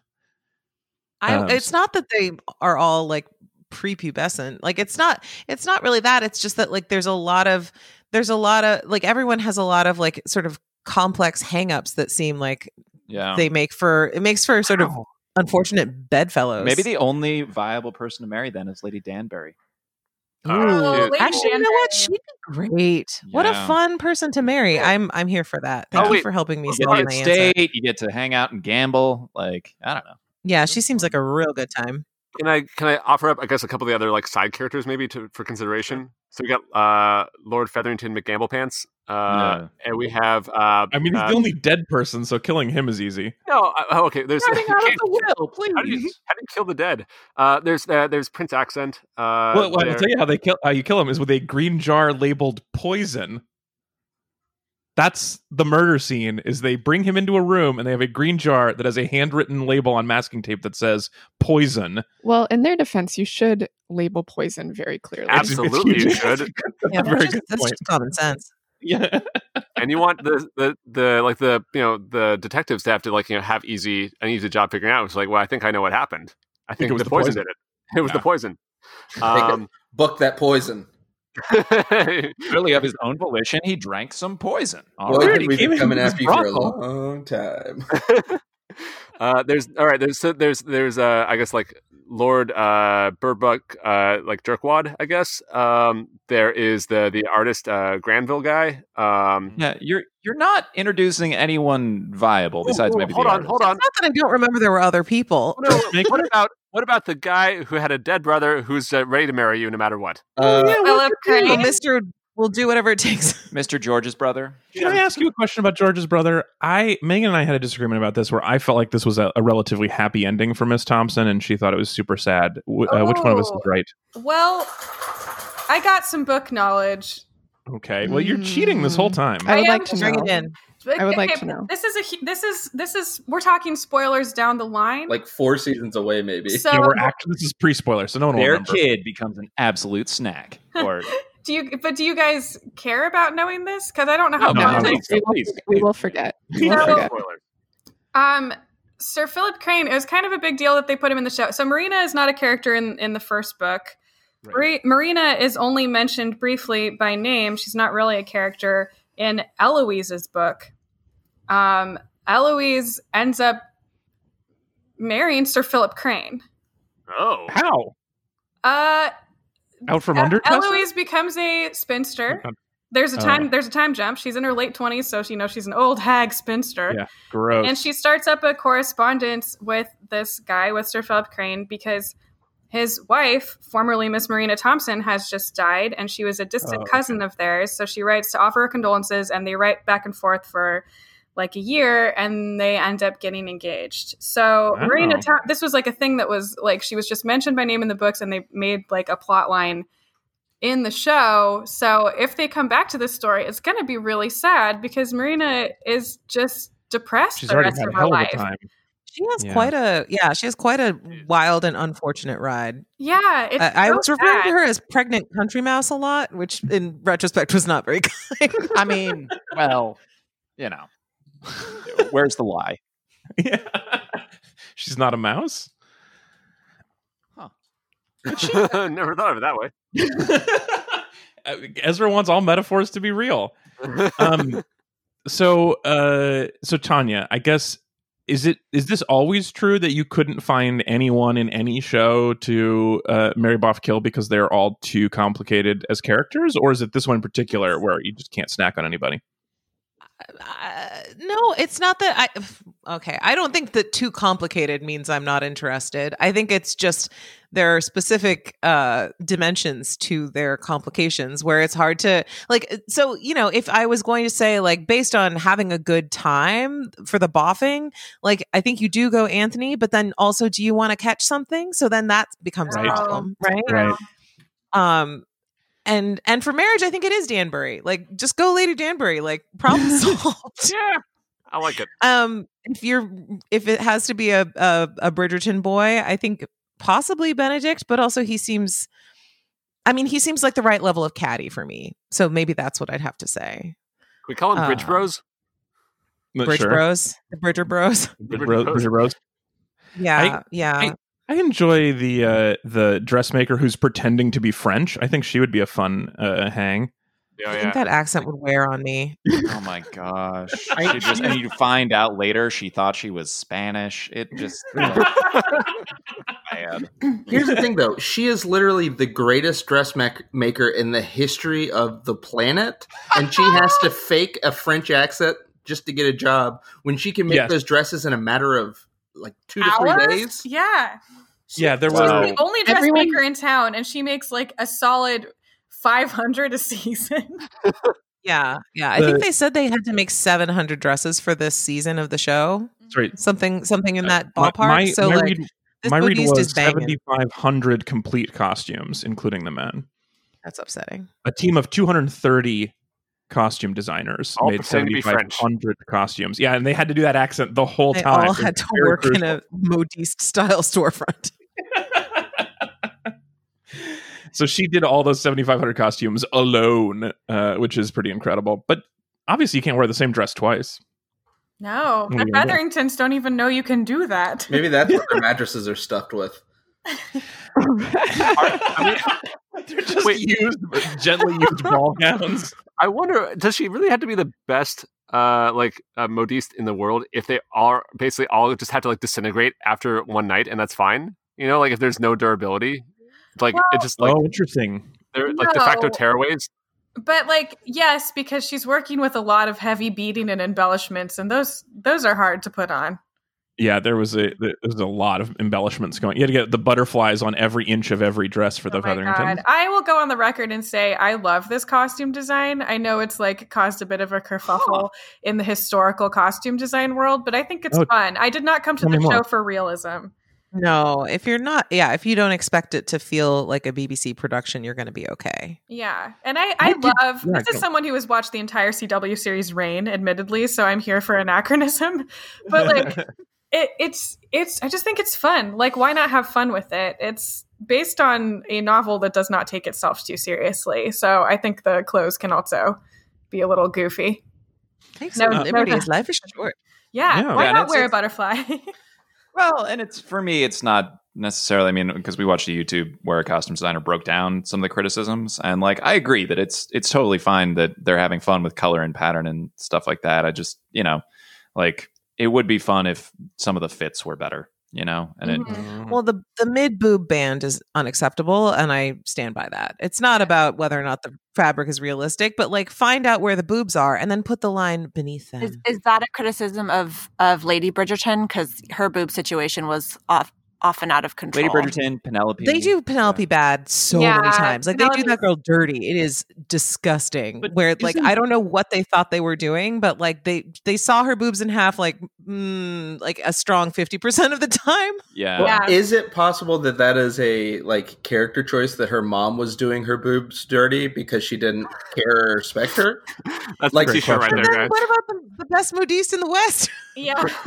Speaker 5: I
Speaker 1: Um,
Speaker 5: it's not that they are all like prepubescent. Like it's not it's not really that. It's just that like there's a lot of there's a lot of like everyone has a lot of like sort of complex hangups that seem like
Speaker 8: yeah.
Speaker 5: they make for it makes for sort of unfortunate bedfellows.
Speaker 8: Maybe the only viable person to marry then is Lady Danbury.
Speaker 6: Oh,
Speaker 3: Ooh.
Speaker 6: Lady
Speaker 5: Actually, you know
Speaker 6: Danbury.
Speaker 5: what? She'd be great. What a
Speaker 8: Yeah.
Speaker 5: fun person to marry. I'm I'm here for that. Thank
Speaker 3: Oh,
Speaker 5: you
Speaker 3: wait.
Speaker 5: for helping me
Speaker 8: You
Speaker 5: solve
Speaker 8: get
Speaker 5: my
Speaker 8: to
Speaker 5: answer.
Speaker 8: state, you get to hang out and gamble. Like, I don't know.
Speaker 5: Yeah, she seems like a real good time.
Speaker 3: Can I can I offer up I guess a couple of the other like side characters maybe to, for consideration? So we got uh Lord Featherington McGamblepants. Uh and we have uh
Speaker 1: I mean, he's
Speaker 3: uh,
Speaker 1: the only dead person, so killing him is easy.
Speaker 3: No, uh, oh, okay, there's
Speaker 8: Running out of
Speaker 3: can't-
Speaker 8: the will, please.
Speaker 3: how do you how do you kill the dead? Uh there's uh, there's Prince Accent. Uh
Speaker 1: well, well, I'll
Speaker 3: there.
Speaker 1: tell you how they kill how you kill him is with a green jar labeled poison. That's the murder scene. Is they bring him into a room and they have a green jar that has a handwritten label on masking tape that says poison.
Speaker 2: Well, in their defense, you should label poison very clearly.
Speaker 1: Abs-
Speaker 3: Absolutely you
Speaker 1: It's-
Speaker 3: should.
Speaker 5: Yeah,
Speaker 1: Very
Speaker 5: that's just,
Speaker 1: good
Speaker 5: that's
Speaker 1: point.
Speaker 5: just common sense.
Speaker 1: Yeah,
Speaker 3: and you want the, the the like the you know the detectives to have to like you know have easy an easy job figuring out. It's like, well, I think I know what happened. I think,
Speaker 1: it was
Speaker 3: the,
Speaker 1: the
Speaker 3: poison,
Speaker 1: poison.
Speaker 3: did it. It was the
Speaker 1: Yeah.
Speaker 3: poison.
Speaker 7: a-
Speaker 3: Um,
Speaker 7: book that poison.
Speaker 8: Really, of his own volition, he drank some poison. All
Speaker 7: Boy,
Speaker 1: Alrighty,
Speaker 7: have we
Speaker 1: give
Speaker 7: been
Speaker 1: him
Speaker 7: coming
Speaker 1: his
Speaker 7: after you for a
Speaker 1: brothel.
Speaker 7: long time.
Speaker 3: uh, there's all right. There's so there's there's uh, I guess like Lord uh, Burbuck, uh, like Jerkwad. I guess um, there is the the artist uh, Granville guy. Um,
Speaker 8: Yeah, you're you're not introducing anyone viable besides
Speaker 3: Ooh,
Speaker 8: maybe.
Speaker 3: hold
Speaker 8: the
Speaker 3: on,
Speaker 8: artist.
Speaker 3: hold on. Oh,
Speaker 5: Not that I don't remember there were other people.
Speaker 3: No, what about what about the guy who had a dead brother who's uh, ready to marry you no matter what?
Speaker 1: Oh,
Speaker 7: Uh,
Speaker 6: I love
Speaker 5: Well,
Speaker 6: Crane.
Speaker 5: Mr. will do whatever it takes.
Speaker 8: Mr. George's brother.
Speaker 1: Can I ask you a question about George's brother? I Megan and I had a disagreement about this, where I felt like this was a, a relatively happy ending for Miss Thompson, and she thought it was super sad. W- uh, which one of us is
Speaker 6: Oh.
Speaker 1: right?
Speaker 6: Well, I got some book knowledge.
Speaker 1: Okay, well you're cheating this whole time.
Speaker 2: I would
Speaker 6: Hmm. I
Speaker 2: like
Speaker 6: am
Speaker 2: to
Speaker 5: Bring
Speaker 2: know.
Speaker 5: it in.
Speaker 2: I would like to know.
Speaker 6: This is a hu- this is this is we're talking spoilers down the line.
Speaker 7: like four seasons away, maybe.
Speaker 6: so
Speaker 1: yeah, we're act- this is pre spoiler, so no one will
Speaker 8: Their
Speaker 1: remember.
Speaker 8: kid becomes an absolute snack. Or
Speaker 6: do you but do you guys care about knowing this? Because I don't know how
Speaker 1: No,
Speaker 2: no,
Speaker 1: no,
Speaker 6: much
Speaker 1: no.
Speaker 6: I
Speaker 2: we, will,
Speaker 1: Please.
Speaker 2: we will forget. We will
Speaker 6: No.
Speaker 2: forget.
Speaker 3: Spoiler.
Speaker 6: Um, Sir Philip Crane, it was kind of a big deal that they put him in the show. So Marina is not a character in, in the first book. Mari- Marina is only mentioned briefly by name. She's not really a character in Eloise's book. Um, Eloise ends up marrying Sir Philip Crane.
Speaker 3: Oh,
Speaker 1: How?
Speaker 6: Uh,
Speaker 1: Out from
Speaker 6: E-
Speaker 1: under Tessa?
Speaker 6: Eloise becomes a spinster.
Speaker 1: Um,
Speaker 6: There's a
Speaker 1: oh.
Speaker 6: time. There's a time jump. She's in her late twenties, so she you know she's an old hag spinster.
Speaker 1: Yeah. Gross.
Speaker 6: And she starts up a correspondence with this guy, with Sir Philip Crane, because his wife, formerly Miss Marina Thompson, has just died, and she was a distant
Speaker 1: Oh, okay.
Speaker 6: cousin of theirs. So she writes to offer her condolences, and they write back and forth for like a year, and they end up getting engaged. So
Speaker 1: Wow.
Speaker 6: Marina, Tho- this was like a thing that was like she was just mentioned by name in the books, and they made like a plot line in the show. So if they come back to this story, it's going to be really sad because Marina is just depressed
Speaker 1: She's
Speaker 6: the
Speaker 1: already
Speaker 6: rest
Speaker 1: had a
Speaker 6: of her
Speaker 1: hell of a
Speaker 6: life.
Speaker 1: time.
Speaker 5: She has
Speaker 1: Yeah.
Speaker 5: quite a yeah. She has quite a wild and unfortunate ride.
Speaker 6: Yeah, it's
Speaker 5: I, I
Speaker 6: so
Speaker 5: was referring to
Speaker 6: sad.
Speaker 5: her as pregnant country mouse a lot, which in retrospect was not very kind.
Speaker 8: I mean, well, you know, where's the lie?
Speaker 1: Yeah. She's not a mouse.
Speaker 3: Never thought of it that way.
Speaker 1: Uh, Ezra wants all metaphors to be real.
Speaker 8: Uh,
Speaker 1: Um, so, uh, so Tanya, I guess is it is this always true that you couldn't find anyone in any show to uh, marry, Boff, kill because they're all too complicated as characters, or is it this one in particular where you just can't snack on anybody?
Speaker 5: Uh, no, it's not that I okay, I don't think that too complicated means I'm not interested. I think it's just there are specific uh dimensions to their complications where it's hard to like so, you know, if I was going to say like based on having a good time for the boffing, like I think you do go Anthony, but then also do you want to catch something? So then that becomes
Speaker 1: Right.
Speaker 5: a problem, right?
Speaker 1: Right.
Speaker 5: Um and and for marriage, I think it is Danbury. Like just go Lady Danbury, like problem solved
Speaker 3: yeah, I like it.
Speaker 5: um if you're if it has to be a, a a bridgerton boy i think possibly benedict but also he seems i mean he seems like the right level of caddy for me so maybe that's what i'd have to say
Speaker 3: Can we call him Bridge
Speaker 8: um,
Speaker 5: Uh,
Speaker 3: Bros?
Speaker 1: Not
Speaker 5: bridge
Speaker 1: sure.
Speaker 5: bros the bridger bros
Speaker 1: Bridge Bro- Bridge Bros.
Speaker 5: yeah yeah
Speaker 1: I enjoy the uh, the dressmaker who's pretending to be French. I think she would be a fun uh, hang.
Speaker 3: Yeah,
Speaker 5: i
Speaker 3: yeah.
Speaker 5: think that accent would wear on me
Speaker 8: Oh my gosh! She just, and you find out later she thought she was Spanish. It just bad.
Speaker 7: Here's the thing, though. She is literally the greatest dressmaker in the history of the planet, and she has to fake a French accent just to get a job when she can make
Speaker 1: Yes.
Speaker 7: those dresses in a matter of like two to
Speaker 6: Hours?
Speaker 7: three days.
Speaker 6: Yeah,
Speaker 1: Yeah, there
Speaker 6: she's
Speaker 1: was.
Speaker 8: Wow.
Speaker 6: the only dressmaker
Speaker 2: Everyone-
Speaker 6: in town, and she makes like a solid five hundred a season.
Speaker 5: yeah yeah i think they said they had to make 700 dresses for this season of the show
Speaker 1: Sorry,
Speaker 5: something something in
Speaker 1: Uh,
Speaker 5: that
Speaker 1: my-
Speaker 5: ballpark
Speaker 1: my-
Speaker 5: so
Speaker 1: my
Speaker 5: like
Speaker 1: read-
Speaker 5: this
Speaker 1: my read
Speaker 5: movie's
Speaker 1: was
Speaker 5: just banging
Speaker 1: 7,500 complete costumes, including the men.
Speaker 5: that's upsetting
Speaker 1: A team of 230 costume designers
Speaker 3: All
Speaker 1: made
Speaker 3: pretend to be French.
Speaker 1: 7,500 costumes. Yeah, and they had to do that accent the whole
Speaker 5: they
Speaker 1: time.
Speaker 5: all
Speaker 1: It was
Speaker 5: had to
Speaker 1: very
Speaker 5: work in
Speaker 1: crucial.
Speaker 5: a modiste style storefront
Speaker 1: so she did all those 7,500 costumes alone, uh, which is pretty incredible. But obviously, you can't wear the same dress twice.
Speaker 6: No,
Speaker 1: Oh,
Speaker 6: the
Speaker 1: yeah.
Speaker 6: Featheringtons don't even know you can do that.
Speaker 7: Maybe that's what their mattresses are stuffed with.
Speaker 1: They're just
Speaker 3: Wait.
Speaker 1: used, gently used ball gowns.
Speaker 3: I wonder, does she really have to be the best, uh, like uh, modiste in the world if they are basically all just have to like disintegrate after one night and that's fine? You know, like if there's no durability, like it just like
Speaker 1: oh, interesting.
Speaker 3: they're like de facto
Speaker 6: no.
Speaker 3: tearaways.
Speaker 6: But like, yes, because she's working with a lot of heavy beading and embellishments, and those those are hard to put on.
Speaker 1: Yeah, there was a there was a lot of embellishments going. You had to get the butterflies on every inch of every dress for the
Speaker 6: Oh my
Speaker 1: Featherington.
Speaker 6: God. I will go on the record and say I love this costume design. I know it's like caused a bit of a kerfuffle in the historical costume design world, but I think it's
Speaker 1: Oh.
Speaker 6: fun. I did not come to
Speaker 1: Tell
Speaker 6: the
Speaker 1: me
Speaker 6: show
Speaker 1: more.
Speaker 6: for realism.
Speaker 5: No, if you're not, yeah, if you don't expect it to feel like a BBC production, you're going to be okay.
Speaker 6: Yeah. And I, I,
Speaker 1: I did-
Speaker 6: love
Speaker 1: yeah,
Speaker 6: this
Speaker 1: go.
Speaker 6: is someone who has watched the entire CW series Rain, admittedly, so I'm here for anachronism. But like it, it's it's I just think it's fun. Like why not have fun with it? It's based on a novel that does not take itself too seriously. So I think the clothes can also be a little goofy.
Speaker 5: Take
Speaker 6: No,
Speaker 5: some
Speaker 6: no,
Speaker 5: liberties.
Speaker 6: no.
Speaker 5: Life is short.
Speaker 6: Yeah.
Speaker 1: Yeah.
Speaker 6: why
Speaker 8: Yeah, and
Speaker 6: not
Speaker 8: it's-
Speaker 6: wear a
Speaker 8: it's-
Speaker 6: butterfly?
Speaker 8: Well, and it's for me, it's not necessarily. I mean, because we watched a YouTube where a costume designer broke down some of the criticisms, and like I agree that it's it's totally fine that they're having fun with color and pattern and stuff like that. I just you know, like it would be fun if some of the fits were better. you know, and
Speaker 1: Mm-hmm.
Speaker 8: it
Speaker 6: Mm.
Speaker 5: Well, the the mid boob band is unacceptable, and I stand by that. It's not about whether or not the fabric is realistic, but like find out where the boobs are and then put the line beneath them.
Speaker 4: Is, is that a criticism of of Lady Bridgerton because her boob situation was off, often out of control?
Speaker 8: Lady Bridgerton, Penelope.
Speaker 5: they do Penelope bad so many
Speaker 6: Yeah,
Speaker 5: times. Like they do that
Speaker 6: Penelope-
Speaker 5: girl dirty. It is disgusting.
Speaker 8: But
Speaker 5: Where like
Speaker 8: isn't-
Speaker 5: I don't know what they thought they were doing, but like they they saw her boobs in half, like mm, like a strong fifty percent of the time.
Speaker 8: Yeah.
Speaker 7: Well,
Speaker 6: Yeah.
Speaker 7: Is it possible that that is a like character choice that her mom was doing her boobs dirty because she didn't care or respect her?
Speaker 3: That's
Speaker 7: Like-
Speaker 3: the t-shirt right
Speaker 5: But
Speaker 3: there,
Speaker 5: then
Speaker 3: guys.
Speaker 5: what about the, the best modiste in the West?
Speaker 6: Yeah.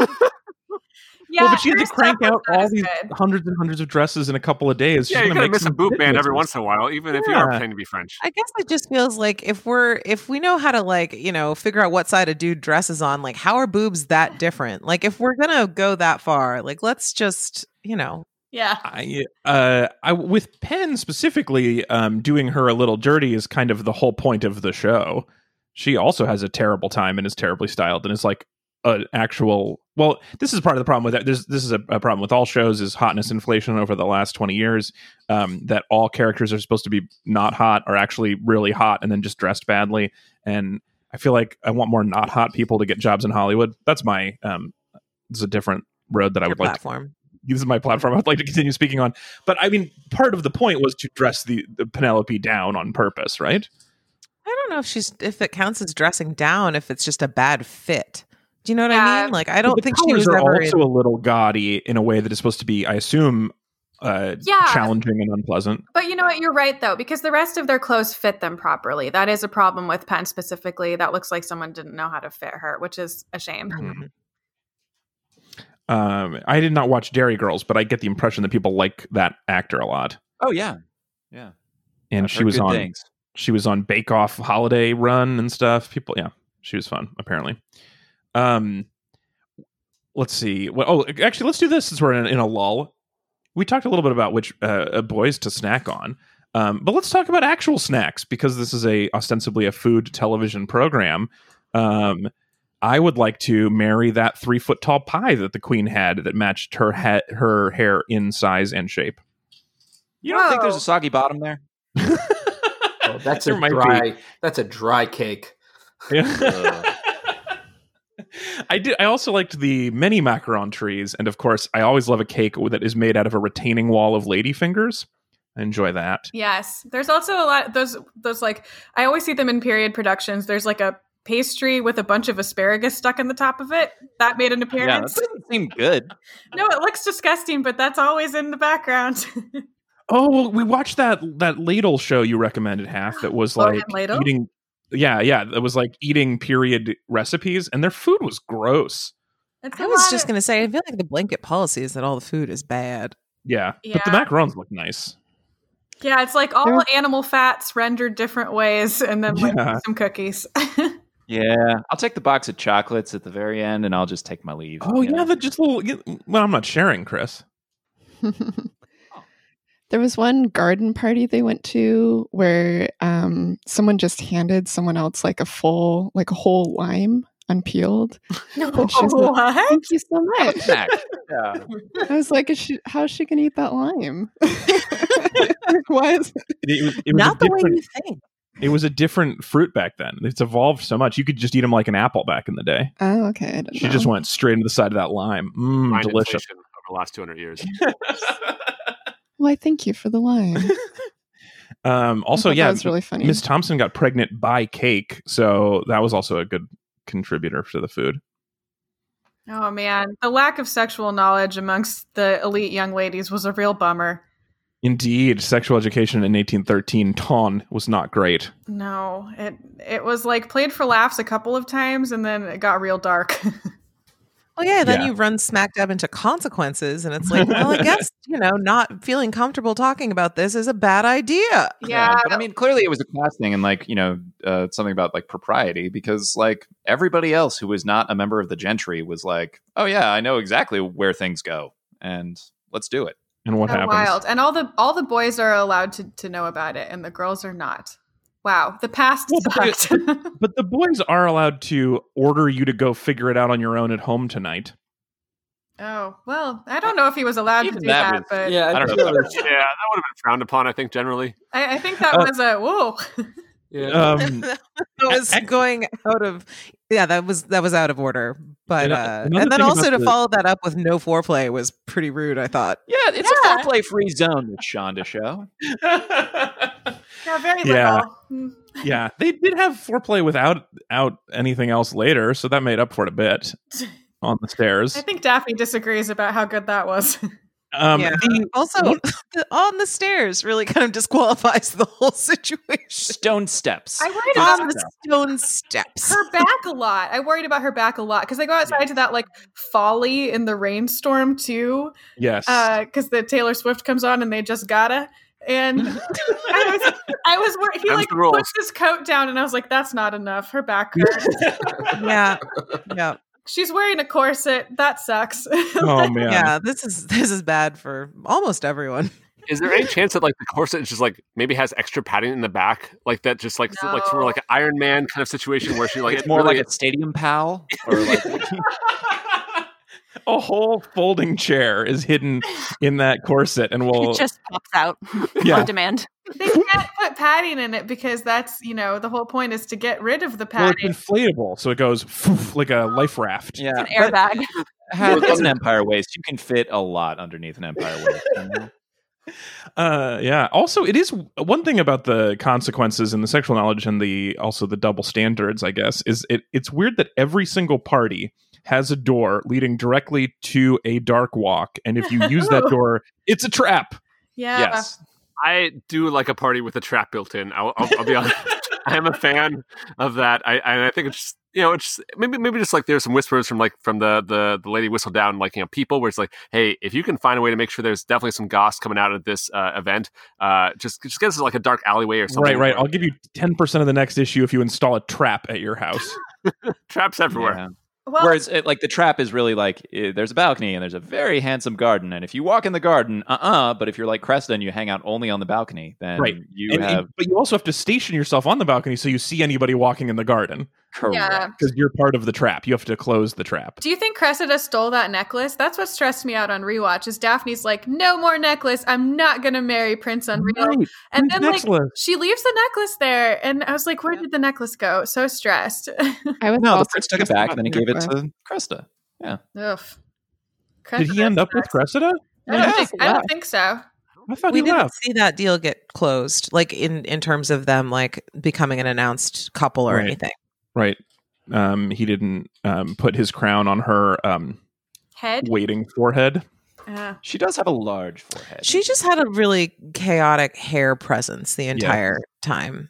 Speaker 6: yeah.
Speaker 1: well, but she had to
Speaker 6: her stuff
Speaker 1: crank
Speaker 6: was
Speaker 1: out
Speaker 6: not
Speaker 1: all
Speaker 6: as
Speaker 1: these
Speaker 6: good.
Speaker 1: hundreds and hundreds of dresses in a couple of days.
Speaker 3: Yeah,
Speaker 1: She's
Speaker 3: you're
Speaker 1: gonna
Speaker 3: gonna
Speaker 1: make
Speaker 3: miss a
Speaker 1: some
Speaker 3: boob
Speaker 1: big
Speaker 3: band every
Speaker 1: mistakes.
Speaker 3: once in a while, even if you are
Speaker 1: Yeah.
Speaker 3: pretending to be French.
Speaker 5: I guess it just feels like if we're if we know how to like you know figure out what side a dude dresses on, like how are boobs that different? Like if we're gonna go that far, like let's just you know
Speaker 6: Yeah.
Speaker 1: I, uh, I with Penn specifically, um, doing her a little dirty is kind of the whole point of the show. She also has a terrible time and is terribly styled and is like an actual. Well, this is part of the problem with that. There's, this is a, a problem with all shows is hotness inflation over the last twenty years. Um, that all characters are supposed to be not hot are actually really hot and then just dressed badly. And I feel like I want more not hot people to get jobs in Hollywood. That's my. Um, this is a different road that I
Speaker 5: your
Speaker 1: would like to
Speaker 5: platform.
Speaker 1: this is my platform I'd like to continue speaking on. But I mean, part of the point was to dress the, the Penelope down on purpose, right?
Speaker 5: I don't know if she's if it counts as dressing down if it's just a bad fit. Do you know what I
Speaker 6: Yeah.
Speaker 5: mean? Like I don't
Speaker 1: the
Speaker 5: think she
Speaker 1: colors
Speaker 5: was
Speaker 1: are
Speaker 5: ever.
Speaker 1: also
Speaker 5: in,
Speaker 1: a little gaudy in a way that is supposed to be, I assume, uh,
Speaker 6: Yeah.
Speaker 1: challenging and unpleasant.
Speaker 6: But you know what? You're right, though, because the rest of their clothes fit them properly. That is a problem with Penn specifically. That looks like someone didn't know how to fit her, which is a shame.
Speaker 5: Mm-hmm.
Speaker 1: Um, I did not watch Dairy Girls, but I get the impression that people like that actor a lot.
Speaker 8: Oh yeah. Yeah.
Speaker 1: And
Speaker 8: I've
Speaker 1: she
Speaker 8: heard
Speaker 1: was
Speaker 8: good
Speaker 1: on
Speaker 8: things.
Speaker 1: she was on Bake Off holiday run and stuff. People, yeah, she was fun apparently. Um, let's see. Well, oh, actually, let's do this since we're in, in a lull. We talked a little bit about which uh, uh, boys to snack on, um, but let's talk about actual snacks because this is a ostensibly a food television program. Um, I would like to marry that three foot tall pie that the queen had that matched her ha- her hair in size and shape.
Speaker 8: You don't think there's
Speaker 6: Whoa.
Speaker 8: a soggy bottom there?
Speaker 7: Oh, that's
Speaker 1: There
Speaker 7: a
Speaker 1: might be.
Speaker 7: dry. That's a dry cake.
Speaker 1: Yeah. I did. I also liked the many macaron trees, and of course, I always love a cake that is made out of a retaining wall of ladyfingers. I enjoy that.
Speaker 6: Yes. There's also a lot, those, those like, I always see them in period productions. There's like a pastry with a bunch of asparagus stuck in the top of it. That made an
Speaker 8: Yeah, that
Speaker 6: appearance.
Speaker 8: doesn't seem good.
Speaker 6: no, it looks disgusting, but that's always in the background.
Speaker 1: Oh, well, we watched that that ladle show you recommended half that was
Speaker 6: Lord and
Speaker 1: like
Speaker 6: Ladle?
Speaker 1: eating. Yeah, yeah, that was like eating period recipes, and their food was gross.
Speaker 6: It's a
Speaker 5: I was
Speaker 6: lot
Speaker 5: just
Speaker 6: of-
Speaker 5: gonna say I feel like the blanket policy is that all the food is bad.
Speaker 1: Yeah, but the
Speaker 6: Yeah.
Speaker 1: macarons look nice.
Speaker 6: Yeah, it's like all
Speaker 5: There-
Speaker 6: animal fats rendered different ways and then like
Speaker 1: Yeah.
Speaker 6: some cookies.
Speaker 8: Yeah, I'll take the box of chocolates at the very end, and I'll just take my leave.
Speaker 1: Oh
Speaker 8: you
Speaker 1: yeah,
Speaker 8: know?
Speaker 1: the just little. Well, I'm not sharing, Chris.
Speaker 2: there was one garden party they went to where um, someone just handed someone else like a full, like a whole lime unpeeled.
Speaker 6: no,
Speaker 2: But she's not-
Speaker 6: what?
Speaker 2: Thank you so much.
Speaker 8: snack. Yeah.
Speaker 2: I was like, is she, how is she going to eat that lime? like, why is
Speaker 1: It, was- it was a
Speaker 5: Not the way
Speaker 1: different-
Speaker 5: you think.
Speaker 1: It was a different fruit back then. It's evolved so much. You could just eat them like an apple back in the day.
Speaker 2: Oh, okay. I didn't
Speaker 1: She just
Speaker 2: know.
Speaker 1: went straight into the side of that lime. Mmm,
Speaker 3: Mind
Speaker 1: delicious.
Speaker 3: inflation over the last 200 years.
Speaker 2: Why, thank you for the line.
Speaker 1: um, also,
Speaker 2: I thought
Speaker 1: yeah,
Speaker 2: that was really funny.
Speaker 1: Miss Thompson got pregnant by cake, so that was also a good contributor to the food.
Speaker 6: Oh man, the lack of sexual knowledge amongst the elite young ladies was a real bummer.
Speaker 1: Indeed, sexual education in 1813 ton was not great.
Speaker 6: No, it it was like played for laughs a couple of times and then it got real dark.
Speaker 5: Well, Oh, yeah, then
Speaker 1: Yeah.
Speaker 5: you run smack dab into consequences, and it's like, well, I guess you know, not feeling comfortable talking about this is a bad idea.
Speaker 6: yeah.
Speaker 8: but I mean, clearly it was a class thing, and like you know, uh, something about like propriety, because like everybody else who was not a member of the gentry was like, oh yeah, I know exactly where things go, and let's do it.
Speaker 1: And what
Speaker 6: so
Speaker 1: happens?
Speaker 6: wild. And all the all the boys are allowed to, to know about it and the girls are not. Wow, the past
Speaker 1: Well, but
Speaker 6: sucked.
Speaker 1: But the boys are allowed to order you to go figure it out on your own at home tonight.
Speaker 6: Oh well, I don't know if he was allowed to
Speaker 8: Even
Speaker 6: do
Speaker 8: that
Speaker 6: that,
Speaker 8: was-
Speaker 6: but
Speaker 7: yeah,
Speaker 8: I don't
Speaker 7: think
Speaker 8: know.
Speaker 7: that was-
Speaker 3: Yeah, that would have been frowned upon, I think, generally.
Speaker 6: I, I think that
Speaker 1: Uh,
Speaker 6: was a whoa.
Speaker 7: yeah.
Speaker 1: Um,
Speaker 5: that was going out of yeah that was that was out of order but
Speaker 1: And, uh,
Speaker 5: uh
Speaker 1: another
Speaker 5: and
Speaker 1: thing
Speaker 5: then also
Speaker 1: about
Speaker 5: to
Speaker 1: the-
Speaker 5: follow that up with no foreplay was pretty rude i thought
Speaker 8: Yeah, it's
Speaker 4: Yeah.
Speaker 8: a foreplay free zone, the Shonda show.
Speaker 6: Yeah, very
Speaker 1: Yeah.
Speaker 6: little. Hmm.
Speaker 1: yeah, they did have foreplay without out anything else later, so that made up for it a bit on the stairs.
Speaker 6: I think Daphne disagrees about how good that was.
Speaker 1: Um,
Speaker 5: yeah. also the, on the stairs really kind of disqualifies the whole situation
Speaker 8: Stone steps.
Speaker 1: Oh,
Speaker 6: I worried about
Speaker 5: on the stone steps
Speaker 6: her back a lot. I worried about her back a lot because they go outside to that like folly in the rainstorm too,
Speaker 1: yes.
Speaker 6: because the Taylor Swift comes on and they just gotta. And I was, I was, wor- he
Speaker 3: Them's
Speaker 6: like
Speaker 3: the rules.
Speaker 6: puts his coat down, and I was like, "That's not enough." Her back hurts.
Speaker 5: yeah yeah
Speaker 6: She's wearing a corset. That sucks.
Speaker 1: oh man.
Speaker 5: yeah this is this is bad for almost everyone
Speaker 3: Is there any chance that like the corset is just like maybe has extra padding in the back, like that, just like so- like sort of like an Iron Man kind of situation where she like
Speaker 8: it's more
Speaker 3: really-
Speaker 8: like a stadium pal or like
Speaker 1: a whole folding chair is hidden in that corset, and
Speaker 4: It
Speaker 1: will
Speaker 4: just pops out
Speaker 1: Yeah.
Speaker 4: on demand.
Speaker 6: they can't put padding in it because that's you know the whole point is to get rid of the
Speaker 1: well, it's
Speaker 6: padding.
Speaker 1: inflatable, so it goes foof, like a life raft.
Speaker 8: yeah.
Speaker 4: It's an airbag.
Speaker 8: But ha- it's an empire waist. You can fit a lot underneath an empire waist. you know?
Speaker 1: Uh, yeah. Also, it is one thing about the consequences and the sexual knowledge and the also the double standards. I guess is it. It's weird that every single party has a door leading directly to a dark walk, and if you use that door, it's a trap.
Speaker 6: yeah,
Speaker 8: Yes.
Speaker 3: I do like a party with a trap built in. I'll, I'll, I'll be honest. I am a fan of that. I and I think it's just, you know it's just- maybe maybe just like there's some whispers from like from the the the lady whistle down like you know people where it's like hey if you can find a way to make sure there's definitely some goss coming out of this uh, event uh just just get us like a dark alleyway or something
Speaker 1: Right, right. I'll give you ten percent of the next issue if you install a trap at your house.
Speaker 3: traps everywhere.
Speaker 8: Yeah.
Speaker 6: Well,
Speaker 8: Whereas, it, like the trap is really like eh, there's a balcony and there's a very handsome garden, and if you walk in the garden, uh uh But if you're like Cresta and you hang out only on the balcony, then
Speaker 1: Right.
Speaker 8: you
Speaker 1: And- and-
Speaker 8: have
Speaker 1: but you also have to station yourself on the balcony so you see anybody walking in the garden
Speaker 8: correct.
Speaker 6: Yeah.
Speaker 1: because you're part of the trap. You have to close the trap.
Speaker 6: Do you think Cressida stole that necklace? That's what stressed me out on rewatch. Is Daphne's like, no more necklace. I'm not gonna marry Prince Unreal. and then like she leaves the necklace there, and I was like, where did the necklace go? So stressed.
Speaker 2: I was
Speaker 8: No, the
Speaker 2: also
Speaker 8: prince took it
Speaker 2: stressed
Speaker 8: back and
Speaker 2: about
Speaker 8: then he
Speaker 2: the
Speaker 8: gave it
Speaker 2: necklace.
Speaker 8: to Cresta.
Speaker 6: Ugh.
Speaker 1: Did he end up with Cressida?
Speaker 6: I don't,
Speaker 1: Yeah.
Speaker 6: think, I don't think so.
Speaker 1: I thought
Speaker 5: we
Speaker 1: he
Speaker 5: didn't
Speaker 1: left.
Speaker 5: see that deal get closed like in in terms of them like becoming an announced couple or
Speaker 1: Right.
Speaker 5: anything
Speaker 1: Right. Um, he didn't um, put his crown on her um,
Speaker 6: Head.
Speaker 1: waiting forehead.
Speaker 6: Uh,
Speaker 8: She does have a large forehead.
Speaker 5: She just had a really chaotic hair presence the entire time.